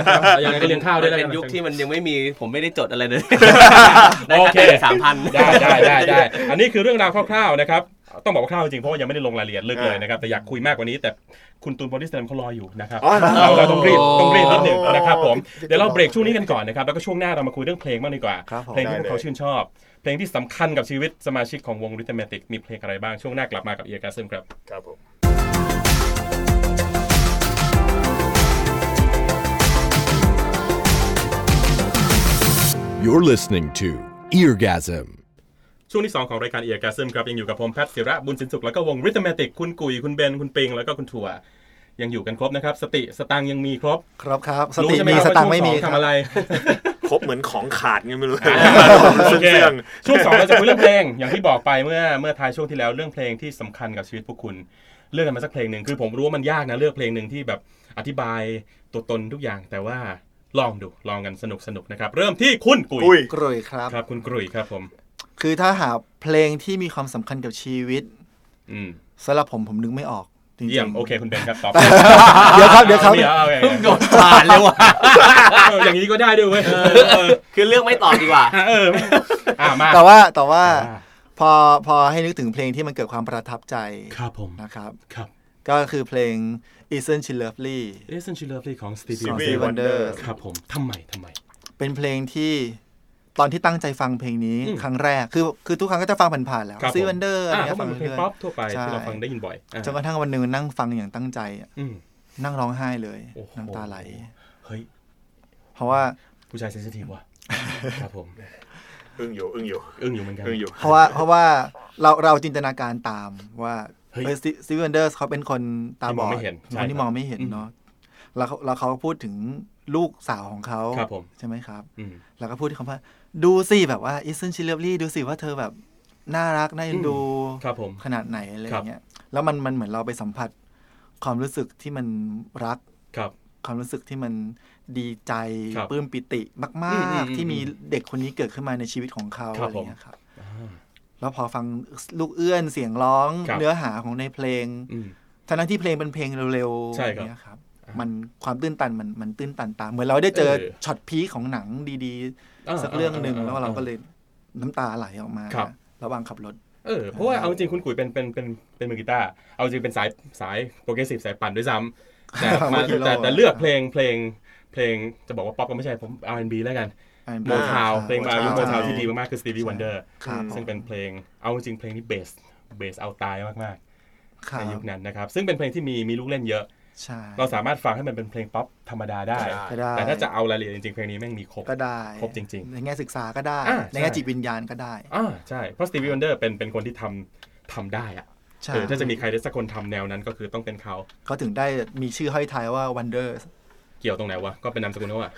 ครับเอายังไงก็เลี้ยงข้าวด้วยแล้ว
เป็
กัน
นยุคที่มันยังไม่มีผมไม่ได้จดอะไรเลย ได้
โอ
คะ
เค
แนนสามพัน
ได้ได้ได้ ได้ อันนี้คือเรื่องราวคร่าวๆนะครับ ต้องบอกว่าคร่าวจริงเพราะว่ายังไม่ได้ลงรายละเอียดลึกเลยนะครับ แต่อยากคุยมากกว่านี้ แต่คุณตูนบอดี้สแลมเขารออยู่นะครับ
อ๋อเหรอ
เราเราต้องรีบต้องรีบนิดหนึ่ง
โอ้
นะครับผม เดี๋ยวเราเบรกช่วงนี้กันก่อนนะครับ แล้วก็ช่วงหน้าเรามาคุยเรื่องเพลงบ้างดีกว่า
ครับผม
เพลงที่พวกเขา
ได้เลย
ชื่นชอบ เพลงที่สำคัญกับชีวิตสมาชิกของวงริทเมติกมีเพลงอะไรบ้าง ช่วงหน้ากลับมากับเอียร์ซึมครับ
ครับผม
You're listening to Eargasm.
ช่วงที่ 2 ของรายการเอียร์แกซึมครับยังอยู่กับผมแพทย์ศิระบุญสินสุขแล้วก็วงริทเมติกคุณกุยคุณเบนคุณปิงแล้วก็คุณถั่วยังอยู่กันครบนะครับสติสตังค์ยังมีครบ
ครับครับ ส
รู้
ติ
ใช่ไห
มี
ครับ
สตังค์
ว่า
ไม่มี
ช่วส
ครั
อง
บ
ทำอะไร
ครบเหมือนของขาดไงไม่รู้
โอ
เสื่
เค
อง
ช่วงสองเราจะคุยเรื่องเพลง อย่างที่บอกไปเมื่อเมื่อท้ายช่วงที่แล้วเรื่องเพลงที่สำคัญกับชีวิตพวกคุณ เลือกกันมาสักเพลงหนึ่งคือผมรู้ว่ามันยากนะเลือกเพลงหนึ่งที่แบบอธิบายตัวตนทุกอย่าง แต่ว่าลองดูลองกันสนุกสนุกนะครับ เริ่มที่คุณกุ
ๆอุ้
ย
ย
กรุยครับ
ครับคุณกุยครับผม
คือถ้าหาเพลงที่มีความสำคัญกับชีวิต
อืม
สำหรับผมผมนึกไม่ออกจริงๆ
เยี่ยมโอเคคุณเบนครับตอบ
เดี๋ยวครับเดี๋ยวครับ
เอาไง
โดนผ่านเลยว่ะ
เอออย่างนี้ก็ได้ด้วยเว้ยเออเออ
คือเลือกไม่ตอบดีกว่า
อ่ะเอออ่ะมา
แต่ว่าแต่ว่า
อ่ะ
พอพอให้นึกถึงเพลงที่มันเกิดความประทับใจ
ครับผม
นะครับ
ครับ
ก็คือเพลง Isn't She Lovely
Isn't She Lovely ของ Stevie
ของ
Stevie
Wonder
Stevie Wonder
Wonder
ครับผมทำไมทำไม
เป็นเพลงที่ตอนที่ตั้งใจฟังเพลงนี้
อืม
ครั้งแรกคือคือทุกครั้งก็จะฟังผ่านๆแล้ว
ครับ
ซี
ผม
วันเดอร์อะไร
อ่า
เงี้ย
เพราะ
ฟั
มั
ง
นเป็นเพลง
เรื่อย
ป๊อปทั่วไป
ใช่
ที่เราฟังได้ยินบ่อยอ่า
ๆจนกระทั่งวันหนึ่งนั่งฟังอย่างตั้งใจอะ
อืม
นั่งร้องไห้เลย
โอ้โห
น้ำตาไหล
เฮ้ย
เพราะว่า
ผู้ชายเซนซิทีฟ ว่ะ ครับผม
อึ้งอยู่อึ้งอยู่
อึ้งอยู่เหมือนกัน
อึ้งอยู่
เพราะว่าเพราะว่าเราเราจินตนาการตามว่า
เฮ้ย
ซีวันเดอร์เขาเป็นคนตาบอ
ที่มอง
ด
ไม่เห็น
คนที่มองไม่เห็น
ใช่ครับ
เนาะแล้วเขาแล้วเขาพูดถึงลูกสาวของเขา
ครับผม
ใช่ไหมครับ
อืม
แล้วก็พูดที่คำว่าดูสิ แบบว่า isn't she lovely ดูสิว่าเธอแบบ น่ารัก น่าเอ็นดู
ครับผม
ขนาดไหนอะไรอย่างเงี้ยแล้วมันมันเหมือนเราไปสัมผัสความรู้สึกที่มันรัก
ครับ
ความรู้สึกที่มันดีใจ
ครับ
ปลื้มปิติมา
อืมอืม
ก
อืม
ๆ ที่มีเด็กคนนี้เกิดขึ้นมาในชีวิตของเขา
ครับ
อะไรอย่างเงี้ยครับแล้วพอฟังลูกเอื้อนเสียงร้อง
ครับ
เนื้อหาของในเพลง
อืม
ทั้งๆที่เพลงเป็นเพลงเร็วๆ
ใช่ค
อ
รับ
ย่างเงี้ยครับ มันความตื้นตันมันมันตื้นตันตามเหมือนเราได้เจอ
เออ
ช็อตพีคของหนังดีๆ
า
สักเรื่องหนึ่งแล้วเราก็เลยน้ำตาไหลออกมา
ครับ
ระหว่างขับรถ
เออเพราะว่าเอาจริงคุณกุยเป็นเป็นเป็นเป็นมือกีตาร์เอาจริงเป็นสายสายโปรเกรสซีฟสายปั่นด้วยซ้ำ แต่มา
ไม่กี่โล
แต่แต่เลือกเพลงเพลงเพลงจะบอกว่าป๊อปก็ไม่ใช่ผม R&B แล้วกัน
R&B
โมทาว
ครับ
เพลงมายุคโม
Motown
ทาวที่ดีมากๆคือ Stevie Wonder
ครับ
ซึ่งเป็นเพลงเอาจริงเพลงนี้เบสเบสเอาตายมากๆ
ครั
ใน
บ
ยุคนั้นนะครับซึ่งเป็นเพลงที่มีมีลูกเล่นเยอะ
ใช่
เราสามารถฟังให้มันเป็นเพลงป๊อปธรรมดาได้
ได้
ก็ได้
แต่ถ้าจะเอารายละเอียดจริงๆ เพลงนี้แม่งมีครบ
ก็ได้
ครบจริงๆ
ในแง่ศึกษาก็ได้
อ่า
ในแง่
ใช่
จิตวิญญาณก็ได้
อ่าใช่ เพราะ Stevie Wonder เป็นเป็นคนที่ทำทำได้อะ
ใช่
เออถ้าจะมีใครสักคนทำแนวนั้นก็คือต้องเป็นเขา
เขาถึงได้มีชื่อห้อยท้ายว่า Wonders
เกี่ยวตรงไหนวะ ก็เป็นนามสกุลเขาอะ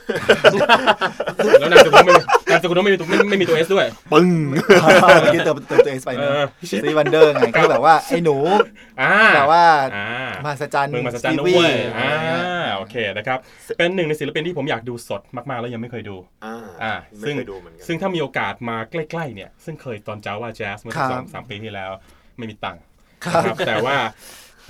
แล้วนามสกุลไม่นามสกุลเขาไม่มีตัวไม่ไม่มีตัวเอสด้วย
ปึ้ง
เมื่อกี้เติมเติมตัวเองไปนะ
เออ
ซีวันเดอร์ไงก็แบบว่า ไอ้หนู
อ่า
แต่ว่า
อ่าม
หัศจรรย์
มึงมาสจันนะ
สตีวี่
เว้ยอ่า
อะไรเงี้ย
โอเคนะครับ เป็นหนึ่งในศิลปินที่ผมอยากดูสดมากๆ แล้วยังไม่เคยดู
อ่า
อ่า
ไม่
ซึ่ง
เคยดูเหมือนกั
ซึ่งถ้ามีโอกาสมาใกล้ๆเนี่ย ซึ่งเคยตอนจ้าว่าแจ๊สเมื่อสักสองสามปีที่แล้ว ไม่มีตังค์นะครับแต่ว่า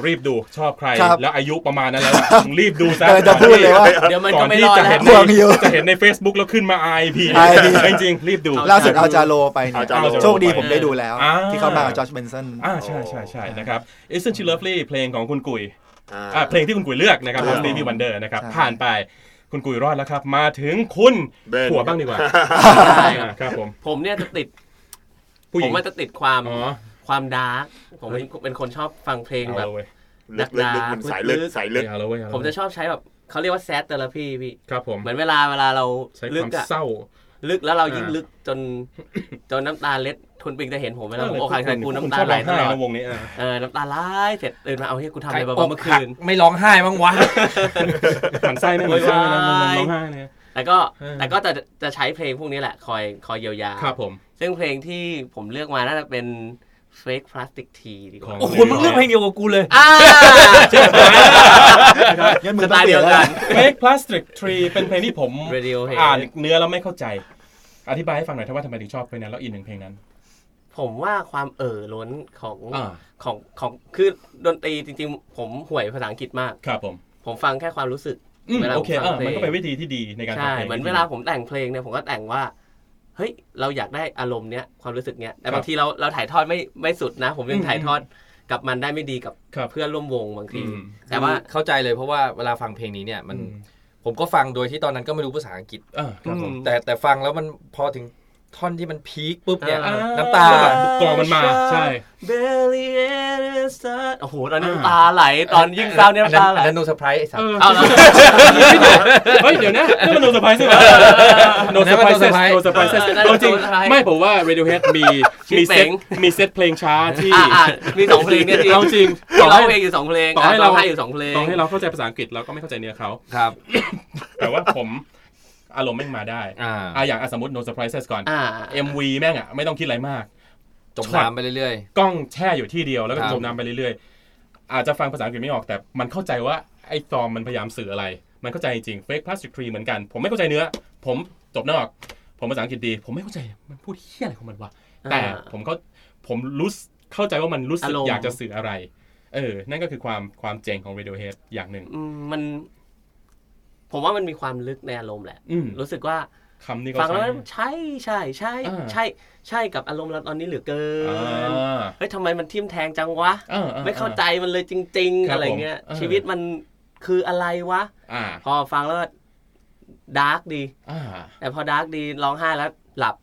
รีบดูชอบใคร
ครับ
แล้วอายุประมาณนั้นแล้วอะมึงรีบดูซะ
เออจะพูดเลยว่า
เดี๋ยวมัน
ก่
ก็
อน
ไม่
ที่
รอด
จะ
แล้
เห็
ว
น
ห่วง
ใน
อยู่
จะเห็นใน Facebook แล้วขึ้นมา RIP
RIP
จริงๆ รีบดู
ล่าสุดเอาจาโลไปเนี่
เอา
ย
จาโล
โชคดีผมได้ดูแล้ว
อ่า
ที่เขามากับจอร์จเบนสัน
อ่าใช่ใช่ใช่นะครับ Isn't She Lovely เพลงของคุณกุย
อ่า
อ่าเพลงที่คุณกุยเลือกนะครับ
ครับ
Stevie Wonder นะครับ
ใช่
ผ่านไปคุณกุยรอดแล้วครับ มาถึงคุณ
เบน
ผัวบ้างดีกว่า
ใช่
อ่าครับผม
ผมเนี่ยจะติด
ผู้ห
ผ
ญิ
ม
ง
มันจะติดความ
อ๋อ
ความดาร์กผมเป็นเป็นคนชอบฟังเพลง
เอา
แบบ
ละเว้ย
ลึกลึกลึก
ดักๆ
มันสายลึก
ลึกๆ
สายลึก
เอาละเว้ยเอาลเว้ย
ผมจะชอบใช้แบบเขาเรียกว่าแซดเตอร์พีพี่
ครับผม
เหมือนเวลาเวลาเรา
ใช้
ลึ
ค
ก
วาม
อะ
เศร้า
ลึกแล้วเรายิ่ง
อ่า
ลึกจน จนน้ำตาเล็ดทุนปิงจะเห็นผมเวลาผมอกหักใคร
ผ
กู
มช
น้ำตา
อบ
ไหล
ร้อง
ต
ไห้
ลอด
นะวงนี้อ่ะ
เออน้ำตาไหลเสร็จตื่นมาเอาเฮ้ยกูทำ
ใคร
อะไรมา
อ
บ้าง
ก
เมื่อ
หัก
คืน
ไม่ร้องไห้บ้างวะ
หมันไส้ไหมหมันไส้ไหมนะมันร้องไห้เนี่ย
แต่ก็
เออ
แต่ก็จะจะใช้เพลงพวกนี้แหละ คอยคอยเยียวยา
ครับผม
ซึ่งเพลงที่ผมเลือกมาน่าจะเป็น Fake Plastic Tea ดีก
ขอ
ว่า
ง
โอ้โหมึงเลือกเพลงเดียวกับกูเลย
อ่า
งั้นมึง
สไต
ต้อ
ล์
งเป
เดี
ลี่
ย
ย
ว
นแล้ว
กั
ล่ะ
น
เมคพลาสติกทรีเป็นเพลงที่ผม
Radiohead
อ่านเนื้อแล้วไม่เข้าใจ อธิบายให้ฟังหน่อยว่าทำไมถึงชอบเพลงนั้นแล้วอินถึงเพลงนั้น
ผมว่าความเอ่อล้นของ
อ่า
ของของคือดนตรีจริงๆ ผมห่วยภาษาอังกฤษมาก
ครับผม
ผมฟังแค่ความรู้สึก
อืม
เวลา
โอ
ผม
เค
ฟั
เออง
เพล
มัน
ง
ก็เป็นวิธีที่ดีในการฟัง
ใช่
พลง
เหมือนเวลาผมแต่งเพลงเนี่ยผมก็แต่งว่า เฮ้ย เราอยากได้อารมณ์เนี้ยความรู้สึกเนี้ยแต่บางทีเราเราถ่ายทอดไม่ไม่สุดนะ ผมยังถ่ายทอดกับมันได้ไม่ดีกับ
ครับ
เพื่อนร่วมวงบางที
อืม
แต่ว่า
เข้าใจเลยเพราะว่าเวลาฟังเพลงนี้เนี่ยมัน
อืม
ผมก็ฟังโดยที่ตอนนั้นก็ไม่รู้ภาษาอังกฤษ
อ่าครับผม
แต่แต่ฟังแล้วมันพอถึงท่อนที่มันพีคปุ๊บเนี่ย
อ่า
น้ำตา
กรองมันมาใช่
Barely any sun โอ้โหตอนนี้
อ่า
น้ำตาไหลตอนยิ่งเศร้าเนี่ย
อัน
น้ำ
นั้
ตาน ไหล
อันนั้นโนเซอร์ไพรส์ไอ้สัตว์
เอาแล้ว
เฮ้ยเดี๋ยวนะนี่มันโนเซอร์ไพรส์ใช่ไหมโนเซอร์ไพรส์โนเซอร์ไพรส์
เออนั่น
จริง
โนเซอร์ไพรส์
ไม่ผมว่า Radiohead มี
ชื่อ
มี
เพ
เซต
ลง
มีเซตเพลงช้าที่
อ่ะอ่ะมีสองเพลงเนี่ยที่
เอาจริงต่อ
ร้อง
ให้
เพลงอยู่สองเพลง
ต่อให้
ร้
เรา
องไห้อยู่สองเพลง
ต่อให้เราเข้าใจภาษาอังกฤษเราก็ไม่เข้าใจเนื้อเขา
ครับ
แต่ว่าผมอารมณ์แม่งมาได้
อ่า
อ่ะอย่างอ่ะสมมติ No Surprises ก่อน
อ่า
MV แม่งอ่ะไม่ต้องคิดอะไรมาก
จมน้ำไปเรื่อย
กล้องแช่อยู่ที่เดียวแล้วก็
ครับ
จมน้ำไปเรื่อยๆ อาจจะฟังภาษาอังกฤษไม่ออกแต่มันเข้าใจว่าไอ้ซอมมันพยายามสื่ออะไร มันเข้าใจจริงเฟกพลาสติกทรีเหมือนกัน ผมไม่เข้าใจเนื้อ ผมจบนอก ผมภาษาอังกฤษดี ผมไม่เข้าใจมันพูดเฮี้ยอะไรของมันวะ
อ่า
แต่ผมเขาผมรู้สึกเข้าใจว่ามันรู้สึก
อารมณ์
อยากจะสื่ออะไร เออ นั่นก็คือความความเจ๋งของ Radiohead อย่างหนึ่ง
อืมมัน ผมว่ามันมีความลึกในอารมณ์แหละ
อืม
รู้สึกว่า
คำนี้ก็
ฟังแล้ว
ใช้
ใช่ใช่ใช่
อ่า
ใช่ ใช่กับอารมณ์เราตอนนี้เหลือเกิ
อ่
นา เฮ้ยทำไมมันทิ่มแทงจังวะ
อ่อ่
ไม่เข้าใจมันเลยจริง ๆ
ครับ
อะไรเงี้ย
ผมเออ
ชีวิตมันคืออะไรวะ
อ่า
พอฟังแล้วดาร์กดี
อ่า
แต่พอดาร์กดีร้องไห้แล้วหลับ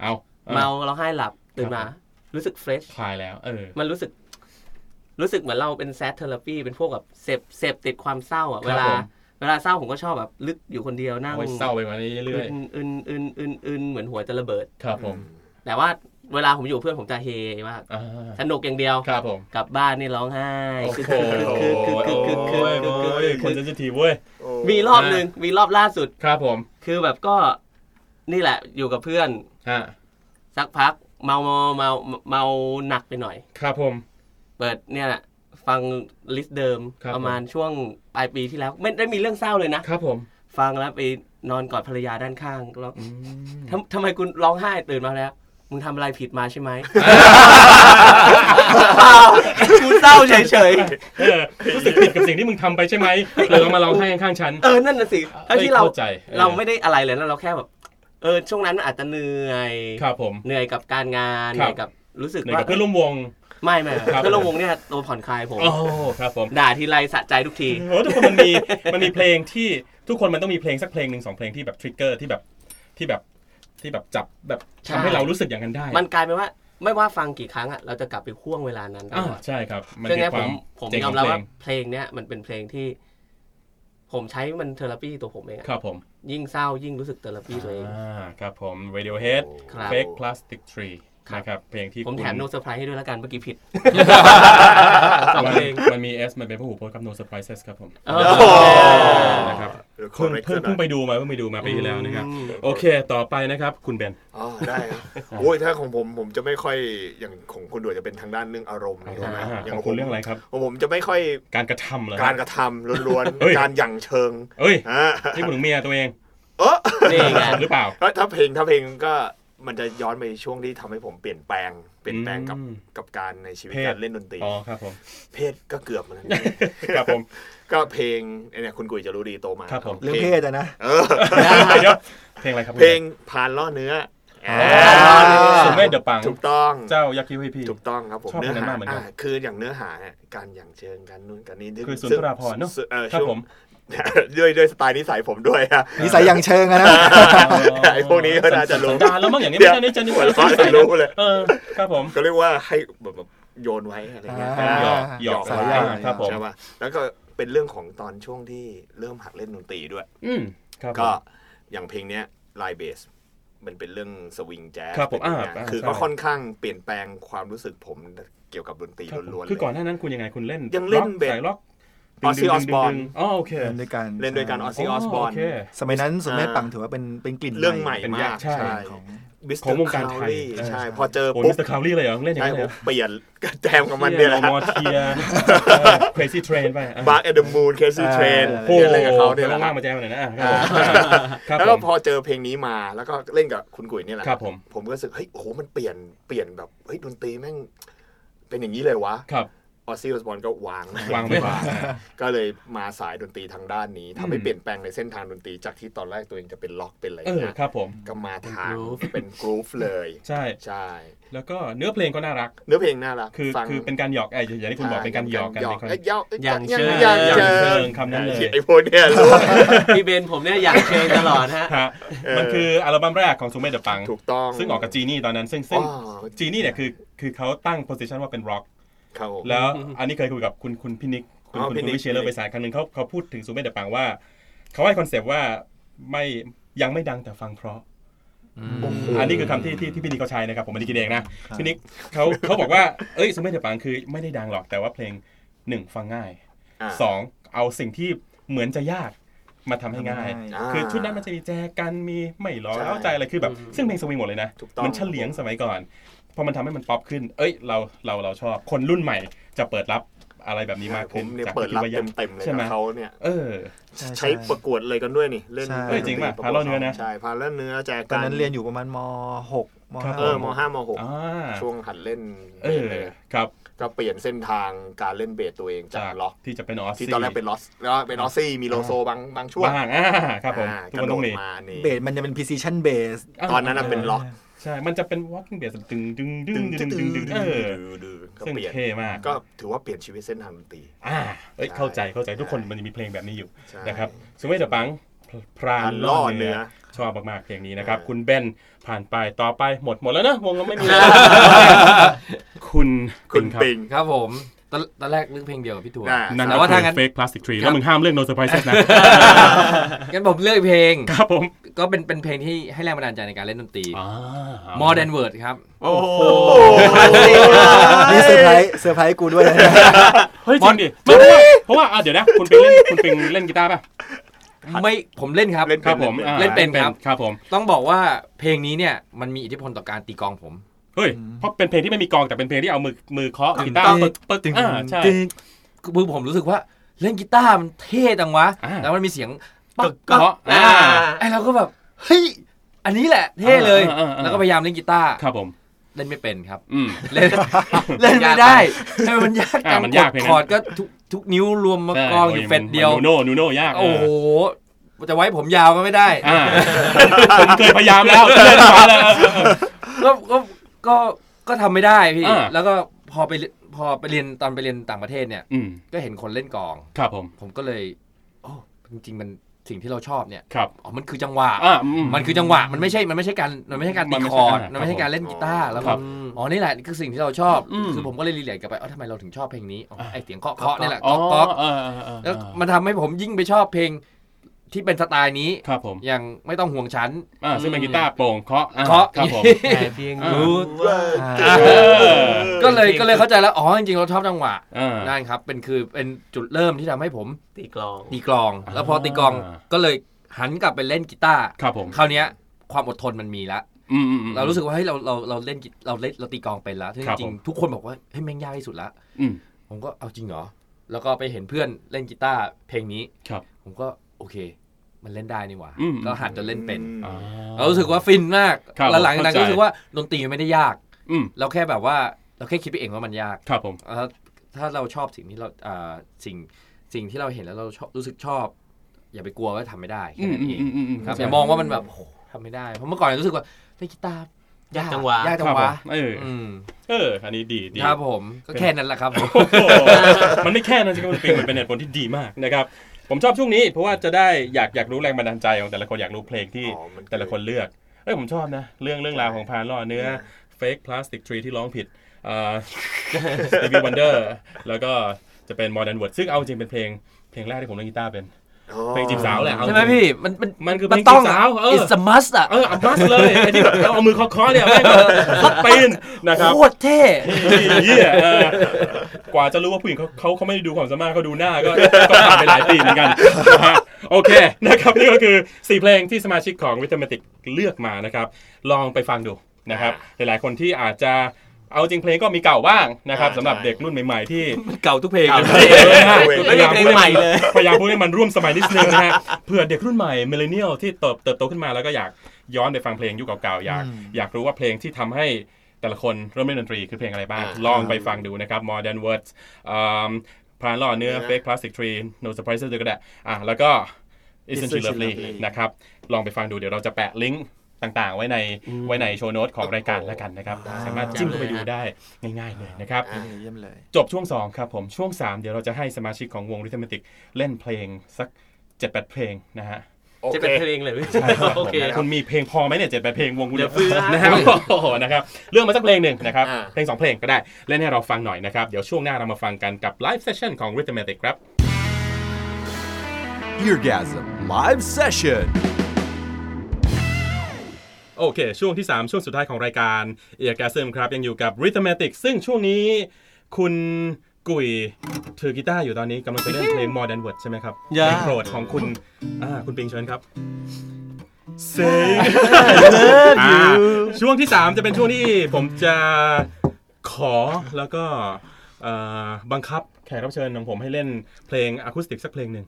เอาออ
เมาร้องไห้หลับตื่นมา
ครับ
รู้สึกเฟรช
คลายแล้ว เออ
มันรู้สึก รู้สึกเหมือนเราเป็นแซดเทอราปีเป็นพวกแบบเสพเสพติดความเศร้าอ่ะ
ครับ
เวลา
ผม
เวลาเศร้าผมก็ชอบแบบลึกอยู่คนเดียวนั่ง
โอ้ยเศร้าไปกว่านี้เรื่อย
อึนอึนอึนอึนอึนเหมือนหัวจะระเบิด
ๆครับผม
แต่ว่าเวลาผมอยู่กับเพื่อนผมจะเฮมาก
อ่า
สนุกอย่างเดียว
ครับผม
กลับบ้านนี่ร้องไห้
โอ้
คือ
โห
คือคือคือคือคือคือคือ
คน
คือ
เซนซิทีฟเว้ย
โอ้
มีรอบหนึ่งมีรอบล่าสุด
ครับผม
คือแบบก็นี่แหละอยู่กับเพื่อน
ฮะ
สักพัก เมาเมาเมาเมาหนักไปหน่อย
ครับผม
เปิดเนี่ยแหละฟังลิสต์เดิม
ครับ
ประมาณช่วงปลายปีที่แล้ว ไม่ได้มีเรื่องเศร้าเลยนะ
ครับผม
ฟังแล้วไปนอนกอดภรรยาด้านข้างร้องทำทำไมคุณร้องไห้ตื่นมาแล้ว มึงทำอะไรผิดมาใช่ ไหม กูเศร้าเฉย
เออรู้สึกผิดกับสิ่งที่มึงทำไปใช่ไหมเลยลองมาลองให้ข้างๆฉัน
ๆเออนั่นน่ะสิทั้งที่เรา
เข้าใจเออ
เราไม่ได้อะไรเลยนะเราแค่แบบ เออช่วงนั้นมันอาจจะเหนื่อย
ครับผม
เหนื่อยกับการงาน
ค
เห
รับ
นื่อยกับรู้สึก
หนึ่ง
ว่า
กับเพื่อนร่วมวง
ไม่ไม่
ครับ
เพื่อนร่วมวงเนี่ยตัวผ่อนคลายผม
โอ้ครับผม
ด่าทีไรสะใจทุกที
โอ้ทุกคนมันมี มันมีเพลงที่ทุกคนมันต้องมีเพลงสักเพลงหนึ่งสองเพลงที่แบบทริกเกอร์ที่แบบที่แบบที่แบบจับแบบ
ใช่
ทำให้เรารู้สึกอย่างนั้นได้
มันกลายเป็นว่าไม่ว่าฟังกี่ครั้งอ่ะเราจะกลับไปห่วงเวลานั้นต
อ่า
ลอด
ใช่ครับ มัน
ซึ่ง
คื
เนี่ย
อค
ผ
วาม ม
ผม
เจ๋ง
ย
ข
อ
อ
ม
ง
รับ
เพล
ว่าง เพลงเนี้ยมันเป็นเพลงที่ ผมใช้มันเทอราปีตัวผมเองอะ
ครับผม
ยิ่งเศร้ายิ่งรู้สึกเทอราปีตัวเอง
อ่าครับผม Radiohead
ครับ
Fake Plastic Tree นะครับเพลงที่
ผม
คุณ
แถมโนเซอร์ไพรส์ให้ด้วยแล้วกันเมื่อกี้ ผิด
สองเพลงมันมี S มันเป็นผู้หูโพสต์ครับ No Surprises ครับผม
เออ
โอ้โห
นะครับ
เดี๋ยวขอ
เพิ่ง
เล็ก
เพิ่ง
ซะหน่
เพิ่
อง ย
ไปดูมาเพิ่งไปดูมาปีที่แล้วนะครับ โอเคต่อไปนะครับ คุณเบน
อ๋อได้ครับโอ้ยถ้าของผมผมจะไม่ค่อยอย่างของคุณด่วนจะเป็นทางด้านเรื่องอารมณ์
อารมณ์
ใช่ไหม
อ่า
ย่า
ของคุณเรื่องอะไรครับ
ของผมจะไม่ค่อย
การกระทำเหรอ
การกระทำล้วน
เฮ้ย
ๆการหยั่งเชิง
เอ้ย
อ่า
นี่คุณถึงเมียตัวเอง
เออ
นี่ไง
หรือเปล่า
เอ้ยถ้าเพลงถ้าเพลงก็มันจะย้อนไปช่วงที่ทำให้ผมเปลี่ยนแปลงเปลี่ยนแปลงกับ
อืม
กับการในชีวิต
เพศ
การเล่นดนตรี
อ๋อครับผม
เพศก็เกือบเหมือน กัน
ครับผม
ก็เพลงเนี่ยคุณกุยจะรู้ดีโตมา
ครับผม
เรื่องเพศอะนะ
เออ
เดี๋ยวเพลงอะไรครับ
เพลงผ่านล่อเนื้ออ่า
สุเมธเดอะปัง
ถูกต้อง
เจ้ายักษ์คิ้วให้พี่
ถูกต้องครับผม
ชอบ
เนื้อ
เพลงนั้นา
หาม
กเหมือนกัน
อ่าคืออย่างเนื้อหาเนี่ยการอย่างเชิงการนู่นการนี้
คือสุนทราภรณ์เนอะ
เออ
ครับ
ช่วง
ผม
ด้วยด้วยสไตล์นิสัยผมด้วยอะ
นิสัยอยังเชิงอะนะ
ไอ้พวกนี้ก็น่าจะรู้
สันดานแล้วมั้งอย่างนี้ไม่ใช่ในจันทร์
หัวเราะจะรู้เลย
เออครับผม
ก็เรียกว่าให้แบบแบบโยนไว้อะไรเงี้ย
อ่า
หยอกหยอก
สาย
ไว้
ใย
ครับผม
ใช่ป่ะแล้วก็เป็นเรื่องของตอนช่วงที่เริ่มหัดเล่นดนตรีด้วย
อืมครับผ
ก็
ม
อย่างเพลงเนี้ยลายเบสมันเป็นเรื่องสวิงแจ๊ส
ครับผมอ่าอ่า
คือ
ใช่
ก็ค่อนข้างเปลี่ยนแปลงความรู้สึกผมเกี่ยวกับดนตรี
ครับผ
ล้ว
ม
นๆ
คือก่อนห
เลย
น้านั้นคุณยังไงคุณเล่น
ยังเล่น
ล็อก
แบบ
สายล็อก
Ozzy Osbourne
อ๋อโอเค
เล่นด้วยกัน
เล่นด้วยกันออสซี่ออสบอร์น
โเค
สมัยนั้นสุเมธ
อ่า
ปังถือว่าเป็นเป็นกลิ่น
เรื่องใหม่
เป็น
มาก
ยากใช่
ของ
มิสเต
ข
อ
อง
ร์
วงการ
คา
ไทย
ลี
เออ
ใช่ พอเจอ
โอ้ยมิ
ปุ๊บ
สเตอร์คาวลี่เลยเหรอเล่นอย่าง
ใช่
นี้น
ผ
เลย
มเปลี่ยนกระแจมกับมันเนี่ยแหละ
มอเทียเครซี่เทรนไปอ่ะ
บาร์ t อ e ดมูนเคซี่เทรน
อ่า
โอ้โห
เล่นกับเขาเนี่ยแหละ
ว่างๆมาแจมหน่อยนะอ่ะครับผม
แล้วก็พ
ครับผม
อเจอเพลงนี้มาแล้วก็เล่นกับคุณกุ้ยเนี่ยแหละ
ครับผม
ผมก็รู้สึกเฮ้ยโอ้โหมันเปลี่ยนเปลี่ยนแบบเฮ้ยดนตรีแม่งเป็นอย่างนี้เลยวะ
ครับ
ออซซี่ออสบอลก็วาง
วางไปวาง
ก็เลยมาสายดนตรีทางด้านนี้ทำให้
อืม
เปลี่ยนแปลงในเส้นทางดนตรีจากที่ตอนแรกตัวเองจะเป็นล็อกเป็นอะไร
เออ
นะครับ
ผม
ก็มาทาง
groove
เป็นกรูฟเลย
ใช่
ใช่
แล้วก็เนื้อเพลงก็น่ารัก
เนื้อเพลงน่ารัก
คือ
ฟัง
คือเป็นการหยอกไอ้อย่างที่คุณบอกเป็นการหยอกกัน
หยอก
เป็นคน
เอ้ยหยอกอ้
อย่างเชิง
อย่างเชิ
อย่างเชิ
ง
งคำนั้นเลย
ไอ้พวกเนี่ยรู้
พี่เบนผมเนี่ยอยากเชิญตลอดฮะ
ฮะ
เออ
มันคืออัลบั้มแรกของซูเมเดอะปัง
ถูกต้อง
ซึ่งออกกับจีนี่ตอนนั้น ซึ่งซึ่ง
อ๋อ
จีนี่เนี่ยคือคือเขาตั้งโพสิชันว่าเป็นร็อก
ครับผม
แล้วอันนี้เคยคุยกับคุณคุณพินิกคุณ
อ๋อ
คุณ
พินิ
คุณ
ก
วิเชียร์เลอร์
พิ
ไป
นิก
สารครั้งหนึ่งเขาเขาพูดถึงซูเมเดอะปังว่าเขาให้คอนเซปต์ว่าไม่ยังไม่ดังแต่ฟังเพราะ อันนี้คือคำที่ที่ที่พี่นิกเขาใช้นะครับ ผมไม่ได้กินเองนะพี่นิกเขาเขาบอกว่าเอ้ยซูเมเดอะปังคือไม่ได้ดังหรอกแต่ว่าเพลงหนึ่งฟังง่าย
อ่า
สองเอาสิ่งที่เหมือนจะยากมาทำให้ง่าย
อ่า
คือชุดนั้นมันจะมีแจกันมีไม่ล้อ
ใช่
แล้วใจอะไรคือแบบ ซึ่งเพลงสวิงหมดเลยนะ
ถูกต้อง
มันเฉลียงสมัยก่อน พอมันทำให้มันป๊อปขึ้น เอ้ยเราเราเราชอบ คนรุ่นใหม่จะเปิดรับอะไรแบบนี้มาก
ผ
ขึ้
ม
น
เนี่ย
จาก
เปิด
ที่
รับ
คิว่า
เต็
ยาก
มเต็มๆเลย
ใช่ไหม
กับเขาเนี่ย
เออ
ใช่
ใช้ประกวดอะไรกันด้วยนี่ เล่น
ใช่
เอ้ยจริงป่ะ
ปกวด
พาเล่าเนื้อนะ
ใช่พาเล่าเนื้อแจกัน
ตอนนั้นเรียนอยู่ประมาณม .6 ม
ครับ
เออมห้ามหก
อ่า
ช่วงหัดเล่น
เออครับ
ก็เปลี่ยนเส้นทางการเล่นเบสตัวเองจากล็อก
ที่จะเป็นออส
ที่ตอนแรกเป็นลอสแล้วเป็นออสซี่มีโลโซบางบางช่วง
บ้างอ่าครับผม
อ่า
ทุก
ก
ค
ระ
น
โด
ต้อ
ด
งมี
มานี่
.6 เบสมันจะเป็น precision bass
าว
ตอนนั้นน่ะเป็นล็อก
ใช่ มันจะเป็น walking bass ดึงดึงดึงดึงดึงดึงเออ
ดึงก็
ซึ่ง
เปลี่ยน
เท่มาก
ก็ถือว่าเปลี่ยนชีวิตเส้นทางดนตรี
อ่าเอ้ย
ใช่
เข้าใจเข้าใจทุกคนมันจะมีเพลงแบบนี้อยู่
ใช่
นะครับซูเมเดอะปังพรานล่อเนื้อชอบมากๆเพลงนี้นะครับ
เออ
คุณเบนผ่านไปต่อไปหมดหมดแล้วนะวงก็ ไม่มีแล้ว คุณ
คุณ
รับ
ปิง
ครับผมตอนตอนแรกนึกเพลงเดียวกับพี่ถั่ว
น่ะ
นั่น
แต่
ก็
ว่า
คื
ถ้า
อ
งั้น
fake plastic tree แล้วมึงห้ามเลือก no surprises นะ
งั้นผมเลือกเพลง
ครับผม
ก็เป็นเป็นเพลงที่ให้แรงบันดาลใจในการเล่นดนตรี
อ่า
More than word ครับ
โอ้โห
นี่เซอร์ไพรส์เซอร์ไพรส์กูด้วยนะ
เฮ้ยจริงดิไม่เพราะว่าเพราะว่าอ่ะเดี๋ยวนะคุณปิงเล่นคุณปิงเล่นกีตาร์ป่ะ
ไม่ผมเล่นครับ
เล่น
ครับผมอ่า
เล่นเป็นครับ
ครับผม
ต้องบอกว่าเพลงนี้เนี่ยมันมีอิทธิพลต่อการตีกลองผม
เฮ้ยเพราะเป็นเพลงที่ไม่มีกลองแต่เป็นเพลงที่เอามือมือเคาะกีตาร์ปึกปึกอ่าใช่
ติ๊ก
คือผมรู้สึกว่าเล่นกีตาร์มันเท่จังวะ
อ่า
แล้วมันมีเสียง
ตึ
ปั
ก
กปัก
เคาะอ่า
ไอ้เราก็แบบเฮ้ยอันนี้แหละเท่เลย
อ่าอ่าอ่า
แล้วก็พยายามเล่นกีตาร์
ครับผม
เล่นไม่เป็นครับ
อืม
เล่น เล่นไม่ได้ทำไมมันยาก
อ่า
จัง
มัน
ก
ยาก
ด
เพลงนั้น
คอร์ดก็ทุกทุกนิ้วรวมมากองอยู่เฟดเดียว
นูโน่นูโน่ยาก
โอ้โหจะไว้ผมยาวก็ไม่ได้
อ่าผมเคยพยายามแล้ว เล่นมาแล้ว
ก็ก็ก็ก็ทำไม่ได้พี่
อ่า
แล้วก็พอไปเรียนพอไปเรียนตอนไปเรียนต่างประเทศเนี่ย
อืม
ก็เห็นคนเล่นกลอง
ครับผม
ผมก็เลยโอ้จริง ๆ มันสิ่งที่เราชอบเนี่ย
ครับ
อ๋อมันคือจังหวะ
อ่า
มันคือจังหวะมันไม่ใช่มันไม่ใช่การมันไม่ใช่การ
มั
ตี
นไม่
ค
ใช่
อร์ด
อ่ามั
มันไม่ใช่การเล่นกีตาร์แล้ว
ค
ก็
รับ
อ๋อนี่แหละคือสิ่งที่เราชอบ
อืม
คือผมก็เลยรีเลยกลับไปอ๋อทำไมเราถึงชอบเพลงนี้อ๋อไอเสียงเคาะเคาะนี่แหละ
อ๋อ
ก๊อกก๊อก
เออเออเออ
แล้วมันทำให้ผมยิ่งไปชอบเพลงที่เป็นสไตล์นี้
ครับผม
อย่างไม่ต้องห่วงฉัน
อ่าซึ่งเป็นกีตาร์โปร่งเคาะอ่
เคาะ
ครับผม
แต่เพียงรู้ว่า
เออ
ก็เลยก็เลยเข้าใจแล้วอ๋อจริงๆเราชอบจังหวะ
อ่า
นั่นครับ เป็นคือเป็นจุดเริ่มที่ทำให้ผม
ตีกลอง
ตีกลอง แล้วพอตีกลอง
อ่า
ก็เลยหันกลับไปเล่นกีตาร์
ครับผม
คราวเนี้ยความอดทนมันมีละ
อืมอืมอืม
เรารู้สึกว่าเฮ้ยเราเราเราเล่นกีเราเล่นเราตีกลองเป็นละซึ่ง
ครับ
จริ
ผ
ง
ม
ๆทุกคนบอกว่าเฮ้ยแม่งยากที่สุดละ
อืม
ผมก็เอาจริงเหรอ แล้วก็ไปเห็นเพื่อนเล่นกีตาร์เพลงนี้
ครับ
ผมก็โอเค มันเล่นได้นี่หว่า
อืม
ก็หัดจนเล่นเป็น
อ่า
เรารู้สึกว่าฟินมาก
ครับ
แล้วหลังจากนั้น
เข้าใจ
ก็รู้สึกว่าดนตรีมันไม่ได้ยาก
อืม
เราแค่แบบว่าเราแค่คิดไปเองว่ามันยาก
ครับผม
เอ่อถ้าเราชอบสิ่งที่เราอ่าสิ่งสิ่งที่เราเห็นแล้วเราชอบรู้สึกชอบ อย่าไปกลัวว่าทำไม่ได้แค่
อืม
นั้น
อืม
เอง
อืมอืมอืม
ครับ
เข้าใจ
อย่ามองว่ามันแบบโอ้โหทำไม่ได้เพราะเมื่อก่อนรู้สึกว่าเล่นกีตาร์ยาก
จังหวะ
ยากจังห
ครั
วะ
บผมเอออื
ม
เอออันนี้ดีดี
ครับผมก็แค่นั้นแหละครับผม
โอ้โหมันไม่แค่นั้นจริงๆมันเป็นมันเป็นเหตุผลที่ดีมากนะครับ ผมชอบช่วงนี้เพราะว่าจะได้อยากอยากรู้แรงบันดาลใจของแต่ละคนอยากรู้เพลงที่
อ๋อมันคือ
แต่ละคนเลือกเอ้ยผมชอบนะ เรื่องเรื่องราวของพานล่อเนื้อ Fake Plastic Tree ที่ร้องผิดเอ่อ Stevie Wonder แล้วก็จะเป็น Modern Word ซึ่งเอาจริงเป็นเพลงเพลงแรกที่ผมเล่นกีตาร์เป็น เพลงจีบสาวแหละเอาจริ
ใช่
ง
ไหมพี่ มันมัน
มันคือ
มัน
เพลงจีบ
ต้อง
สาวเออ
อิสมัสอะ
เอออัมบัสเลยไอ้ที่แบบเราเอามือเคาะๆเนี่ยแม่งแบบปีนนะครับ
โคตรเท่
เหี้ยเออกว่าจะรู้ว่าผู้หญิงเขาเขาเขาไม่ได้ดูความสามารถเขาดูหน้าก็ก็ผ่านไปหลายปีเหมือนกันนะฮะโอเคนะครับนี่ก็คือ 4 เพลงที่สมาชิกของวิตามิติกเลือกมานะครับ ลองไปฟังดูนะครับ หลายๆคนที่อาจจะเอาจริงเพลงก็มีเก่าบ้างนะครับ
อ่า
สำหรับ
ใช่
เด็กรุ่นใหม่ ๆ ที่
เก่าทุกเพลง
เก่า
เลย
พยายามพูดให้มันพยายามพูดให้มันร่วมสมัยนิดนึงนะฮะ เผื่อเด็กรุ่นใหม่เมลเลนเนียลที่เติบเติบโตขึ้นมาแล้วก็อยากย้อนไปฟังเพลงยุคเก่าๆอยาก
อืม
อยากรู้ว่าเพลงที่ทำให้แต่ละคนเริ่มเล่นดนตรีคือเพลงอะไรบ้าง
อ่า
ลองไปฟังดูนะครับ Modern Words อ่าพรานล่อเนื้อ
เนื้อ
Fake Plastic Tree No Surprises ด้วยก็ได้อ่ะแล้วก็ Isn't She
Isn't She
Lovely
Lovely
นะครับ ลองไปฟังดูเดี๋ยวเราจะแปะลิงก์ต่างๆ ไว้ในไว้ในโชว์โน้ตของรายการแล้วกันนะครับ
อ่า
สามารถจิ้มเข้าไปดูได้ง่ายๆเลยนะครับ
เยี่ยมเลย
จบช่วง 2 ครับผม ช่วง 3 เดี๋ยวเราจะให้สมาชิกของวงริทมติกเล่นเพลงสัก 7-8 เพลงนะฮะ
โอ
จะ
เค
เป็นเพลงเลยพี่โอเค
คุณมีเพลงพอไหมเนี่ยเจ็ดแปดเพลงวงคุณ
เดี๋ยวฟื้น
นะฮะโอ้โหนะครับเลือกมาสักเพลงหนึ่งนะครับ
อ่า
เพลงสองเพลงก็ได้เล่นให้เราฟังหน่อยนะครับ เดี๋ยวช่วงหน้าเรามาฟังกันกับไลฟ์เซสชั่นของ Rhythmatic ครับ
Eargasm Live Session.
โอเค ช่วงที่ 3 ช่วงสุดท้ายของรายการเอียกาซึมครับ ยังอยู่กับ Rhythmatic ซึ่งช่วงนี้คุณกุยถือกีตาร์อยู่ตอนนี้กำลังจะเล่นเพลง More Than Words ใช่ไหมครับเพ
อย่า
ลงโปรดของคุณอ่าคุณปิงเชิญครับ Say อ่าช่วงที่ 3 จะเป็นช่วงที่ผมจะขอแล้วก็เอ่อบังคับแขกรับเชิญของผมให้เล่นเพลงอะคูสติกสักเพลงหนึ่ง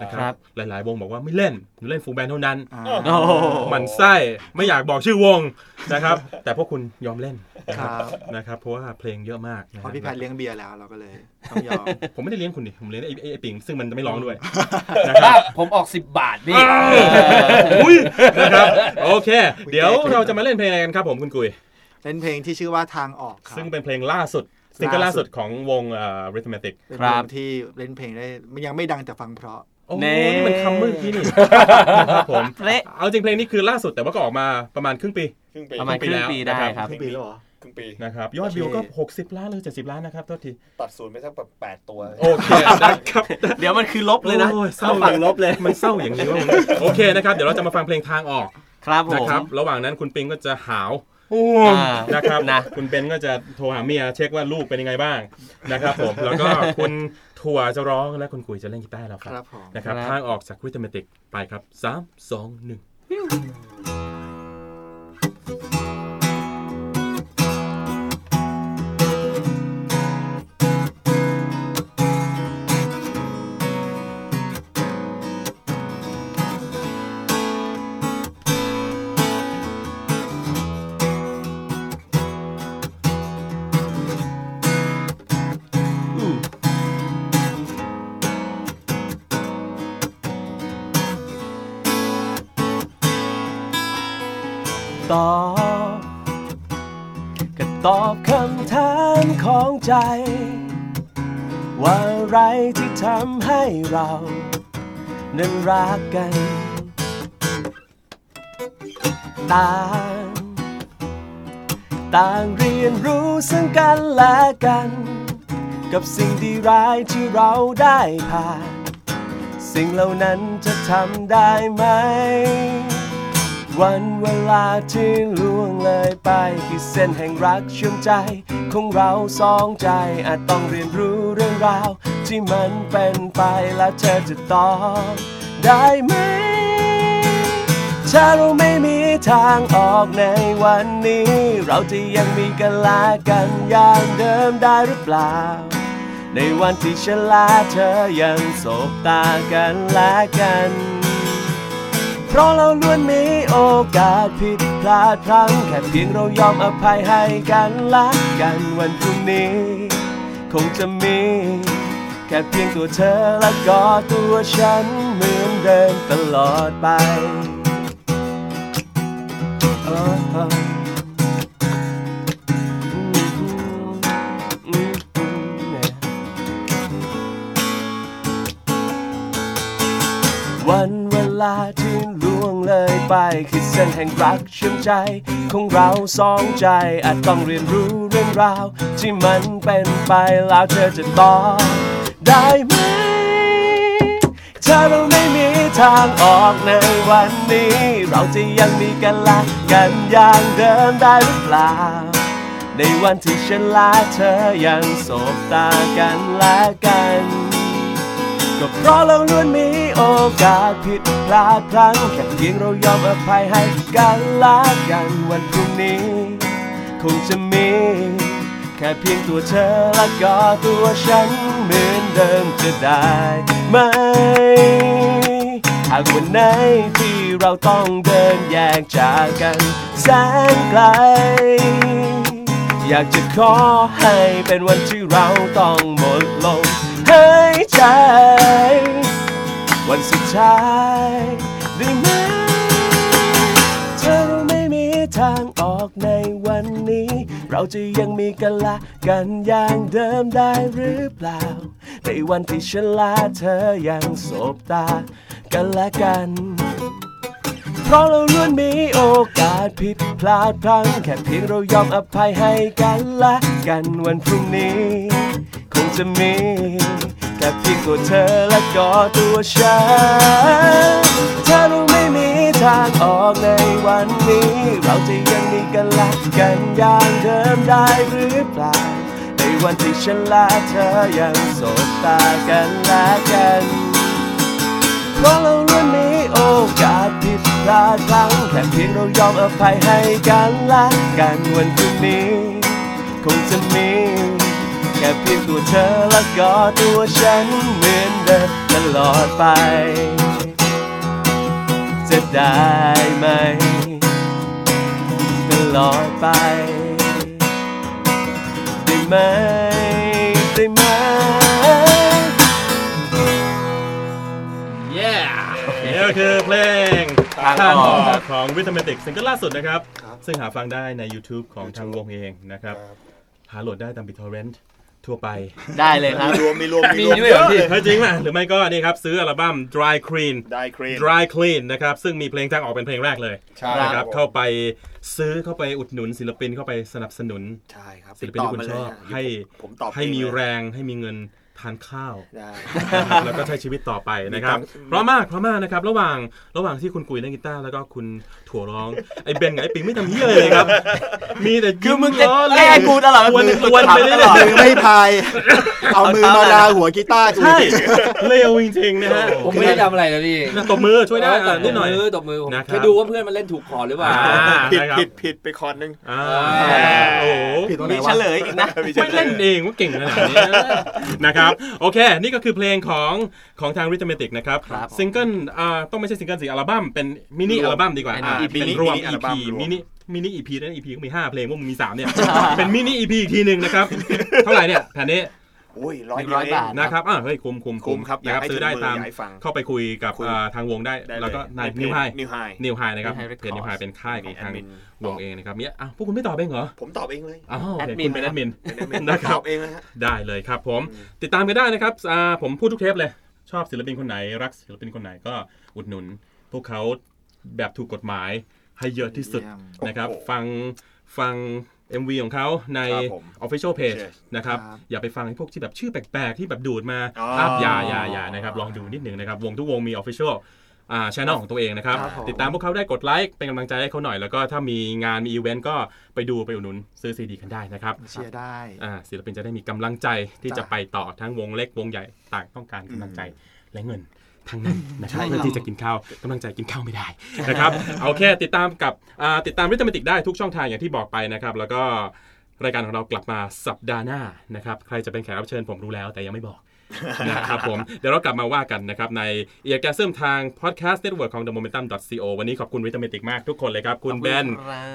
นะค
ครั
รับ
บ
หลาย ๆ วงบอกว่าไม่เล่นหนูเล่นฟูลแบนด์เท่านั้น
อ่า
หมันไส้ไม่อยากบอกชื่อวงนะครับ แต่พวกคุณยอมเล่น
ครับ
นะครับ เพราะว่าเพลงเยอะมากนะ
เพ
ครั
ราะ
บ
พี่แพทย์เลี้ยงเบียร์แล้วเราก็เลยต้องยอม
ผมไม่ได้เลี้ยงคุณดิผมเลี้ยงไอ้ไอ้ไอ้ปิงซึ่งมันจะไม่ร้องด้วย
ถ้าผมออก 10 บาทนี่
อุ้ยนะครับโอเค เดี๋ยวเราจะมาเล่นเพลงอะไรกันครับผมคุณกุย
เล่นเพลงที่ชื่อว่าทางออกครับ
ซึ่งเป็นเพลงล่าสุดซิงเกิลล่า
ล่าสุ
สุด
ด
ของวงเอ่อ Rhythmatic
เป็นเพลงที่เล่นเพลงได้ยังไม่ดังแต่ฟังเพราะ
โอ้โห
เน่
นี่มันคำเมื่อกี้นี่นะครับผมเอาจริงเพลงนี้คือล่าสุดแต่ว่าก็ออกมาประมาณครึ่งปี
ครึ่งปี
ประมาณครึ่งปีได้ครับ
ครึ่งปีแล้วเหรอ
ครึ่งปี
นะครับยอดวิวก็
โอเค
60 ล้านหรือ70 ล้านนะครับโทษที
ตัดศูนย์ไปสักแบบแปดตัว
โอเคนะครับ
เดี๋ยวมันคือลบเลยนะ
โอ้ยเศร้า
เข้าฝั่งลบเลย
มันเศร้าอย่างนี้ว่ามันโอเคนะครับ เดี๋ยวเราจะมาฟังเพลงทางออก
ครับผม
นะครับ ระหว่างนั้นคุณปิงก็จะหาว
อ่า
นะครับ
นะ
คุณเบนก็จะโทรหาเมียเช็คว่าลูกเป็นยังไงบ้างนะครับผม แล้วก็คุณถั่วจะร้องและคุณกุยจะเล่นกีตาร์เราค
ครับรับผม
นะครับ ทางออกจากวิตามิติกไปครับ 3 2 1
ตอบก็ตอบคำถามของใจ ว่าอะไรที่ทำให้เรานั้นรักกัน ต่าง ต่างเรียนรู้ซึ่งกันและกัน กับสิ่งดีร้ายที่เราได้ผ่าน สิ่งเหล่านั้นจะทำได้ไหม วันเวลาที่ล่วงเลยไปที่เส้นแห่งรักเชื่อมใจของเราสองใจอาจต้องเรียนรู้เรื่องราว ที่มันเป็นไปและเธอจะตอบได้ไหม ถ้าเราไม่มีทางออกในวันนี้ เราจะยังมีกันและกันอย่างเดิมได้หรือเปล่า ในวันที่ฉันและเธอยังสบตากันและกัน เพราะเราล้วนมีโอกาสผิดพลาดพลั้งแค่เพียงเรายอมอภัยให้กันและกันวันพรุ่งนี้ คงจะมี แค่เพียงตัวเธอและก็ตัวฉันเหมือนเดิมตลอดไปอ๋ออืมอืมอืมเนี่ย
ต
ลาที่ล่วงเลยไปคือเส้นแห่งรักเชื่อมใจของเราสองใจอาจต้องเรียนรู้เรื่องราว ที่มันเป็นไปแล้วเธอจะตอบได้ไหม ถ้าเราไม่มีทางออกในวันนี้ เราจะยังมีกันละกันอย่างเดิมได้หรือเปล่า ในวันที่ฉันลาเธอยังสบตากันและกัน ก็เพราะเราล้วนมีโอกาสผิดพลาดพลั้งแค่เพียงเรายอมอภัยให้กันและกันวันพรุ่งนี้ คงจะมี แค่เพียงตัวเธอและก็ตัวฉันเหมือนเดิมจะได้ไหม หากวันไหนที่เราต้องเดินแยกจากกันแสนไกล อยากจะขอให้เป็นวันที่เราต้องหมดลมหายใจ วันสุดท้ายได้ไหม เธอไม่มีทางออกในวันนี้ เราจะยังมีกันละกันอย่างเดิมได้หรือเปล่า ในวันที่ฉันลาเธอยังสบตากันและกัน เพราะเราล้วนมีโอกาสผิดพลาดพลั้งแค่เพียงเรายอมอภัยให้กันและกันวันพรุ่งนี้ คงจะมีแค่เพียงตัวเธอและก็ตัวฉันถ้าเราไม่มีทางออกในวันนี้ เราจะยังมีกันและกันอย่างเดิมได้หรือเปล่า ในวันที่ฉันและเธอยังสบตากันและกัน เพราะเราล้วนมีโอกาสผิดพลาดครั้งแค่เพียงเรายอมอภัยให้กันและกันวันพรุ่งนี้ คงจะมีแค่เพียงตัวเธอและก็ตัวฉันเหมือนเดิมตลอดไป จะได้ไหม ตลอดไป ได้ไหม ได้ไหม
เย้
นี่ก็คือเพลง
ทางออก
ของวิตามินติกซิงเกิลล่าสุดนะครับ ซึ่งหาฟังได้ใน YouTube ของทางวงเองนะครับ หาโหลดได้ตามบิทอร์เรนต์ทั่วไป
ได้เลยครับ
มีรวมมีรวมมีรวม
มีด้วยเหรอพี่
ย
เฮ้ยจริงป่ะหรือไม่ก็นี่ครับ ซื้ออัลบั้ม Dry Clean
ได้เครน
Dry Clean นะครับ ซึ่งมีเพลงทางออกเป็นเพลงแรกเลย
ใช่
นะค
ค
รั
รั
บบ เข้าไปซื้อเข้าไปอุดหนุนศิลปินเข้าไปสนับสนุน
ใช่ครับ
ศิลปินที่คุณชอบ
ติดต่มาเลยฮะ
ให้
ผมตอบ
ให้
เอง
มี
เลย
แรงให้มีเงินทานข้าว
ได้
แล้วก็ใช้ชีวิตต่อไปนะครับ
มีตังค์
เพราะมากเพราะมากนะครับ ระหว่างระหว่างที่คุณกุยเล่นกีตาร์แล้วก็คุณถั่วร้องไอ้เบนกับไอ้ปิงไม่ทำเหี้ยอะไรเลยครับ มีแต่ยิ้
คือมึงจะ
ล้อ
แกล้งกูตลอด
กวนกวนไปเรื่อย
มือไม่พาย เอามือมาดาหัวกีตา ร์กู
ใช่เลวจริงๆนะฮะ
ผมไม่ได้ทำอะไรนะพี่
ตบมือช่วยได้อ่ะนิดหน่อย
ตบมือตบมือผม
นะครับ
แค่ดูว่าเพื่อนมันเล่นถูกคอร์ดหรือเปล่า
อ่า
ผิด
นะครับ
ผิดผิดไปคอนหนึง
อ่า
อ่า
โอ้โห
ผิดตรงไหน
มี
วะ
เฉลยอีกนะ
ไม่เล่นเองว่าเก่งขนาดนี้ นะครับ โอเค นี่ก็คือเพลงของของทางริทเมติกนะครับ
ครับผม
ซิงเกิลอ่าต้องไม่ใช่ซิงเกิลสิอัลบั้มเป็นมินิ
รวม
อัลบั้มดีกว่า
เป็น
อ่า
EP
เป็นรวม
มินิอัล
EP
บั้มรวม
มินิมินิอีพีนั้นอีพีก็มี 5 เพลงพวกมึงมี 3 เนี่ย เป็นมินิอีพีอีกทีหนึ่งนะครับ เท่าไหร่เนี่ยแผ่นนี้
โอ้ยร้อย
หนึ่งร้
เดี
อ
ว
ย
เง
บาท
นะครับอ่าเฮ้ยคุ้มคุ้ม
คุ้มครับ
นะครับ
อยากให้
ซื้อได้
ถึงมือ
ตาม
อยากให้ฟัง
เข้าไปคุยกับ
คุย
อ่าทางวงได้
ได้เย
แล้วก็นาย
ใเพจ
นิวไฮ
นิวไฮ
นิวไฮนะครับ
New High
เพจนิวไฮ
Records
เป็นค่ายข
มี
อง
แอด
ทาง
มิน
วงเองนะครับเนี่ยอ้าวพวกคุณไม่ตอบเองเหรอ
ผมตอบเองเลย
อ้าว
แอดมิ
คุ
น
ณเป็นแอดมิน
นะ
นะ
ค
ค
รั
รั
บบ ตอบเองนะฮะ
ได้เลยครับผม
อืม
ติดตามกันได้นะครับอ่าผมพูดทุกเทปเลย ชอบศิลปินคนไหน รักศิลปินคนไหนก็อุดหนุน พวกเขาแบบถูกกฎหมายให้เยอะที่สุดนะครับ
โอ้โห
ฟังฟัง MV ของเขาใน
ครับผม
Official Page
ใช่
นะครับ
ครับ
อย่าไปฟังไอ้พวกที่แบบชื่อแปลกๆ ที่แบบดูดมา
อ๋อ
ภาพยาอยาอยานะครับ ลองดูนิดหนึ่งนะครับ วงทุกวงมี Official อ่าช anel ของตัวเองนะครับ
ครับผม
ติดตามพวกเขาได้กดไลค์เป็นกำลังใจให้เขาหน่อยแล้วก็ถ้ามีงานมีอีเวนต์ก็ไปดูไปอุดหนุนซื้อซีดีกันได้นะครับ
เชียร์ได้
อ่าศิลปินจะได้มีกำลังใจที่จะ
จ้ะ
ไปต่อทั้งวงเล็กวงใหญ่ต่างต้องการกำลังใจและเงินทั้งนั้นนะครับ
ใช่ครับ
เพื่อที่จะกินข้าวกำลังใจกินข้าวไม่ได้นะครับ เอาแค่ติดตามกับอ่าติดตามวิตามินติกได้ทุกช่องทางอย่างที่บอกไปนะครับ แล้วก็รายการของเรากลับมาสัปดาห์หน้านะครับ ใครจะเป็นแขกรับเชิญผมรู้แล้วแต่ยังไม่บอก นะครับ ผม เดี๋ยวเรากลับมาว่ากันนะครับในเอียร์แกเซิมทางพอดแคสต์เน็ตเวิร์กของ The Momentum co วันนี้ขอบคุณวิตามินติกมากทุกคนเลยครับ คุณเบน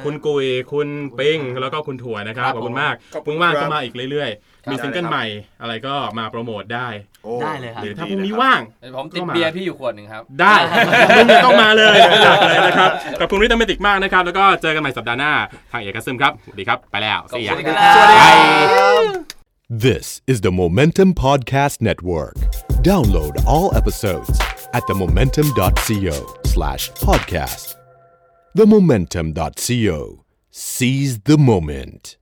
คุณกุย คุณปิง แล้วก็คุณถั่วนะครับ
ค
ข
รั
อ
บ
บ
ผม
คุณมาก
ขอบคุ
ปุ
ณ
งว่าง
ครั
ก็
บ
มาอีกเรื่อยๆ มี
ได้
ซิงเกิล
เลยครับ
ใหม่อะไรก็มาโปรโมทได้
โอ้
ได้เลยครับ
หรือถ้าพ
ดี
รุ่ง
ๆ
นี้
เลยครับ
ว่าง
ผมติดเบียร์พี่อยู่ขวดหนึ่งครับ
ได้ มึงต้องมาเลยอยากเลยนะครับ ขอบคุณวิตามินติกมากนะครับ แล้วก็เจอกันใหม่สัปดาห์หน้าทางเอียร์แกเซิมครับ สวัสดีครับ ไปแล้วสี
ข
ยา
อบคุณ
This is the Momentum Podcast Network. Download all episodes at themomentum.co slash podcast. Themomentum.co. Seize the moment.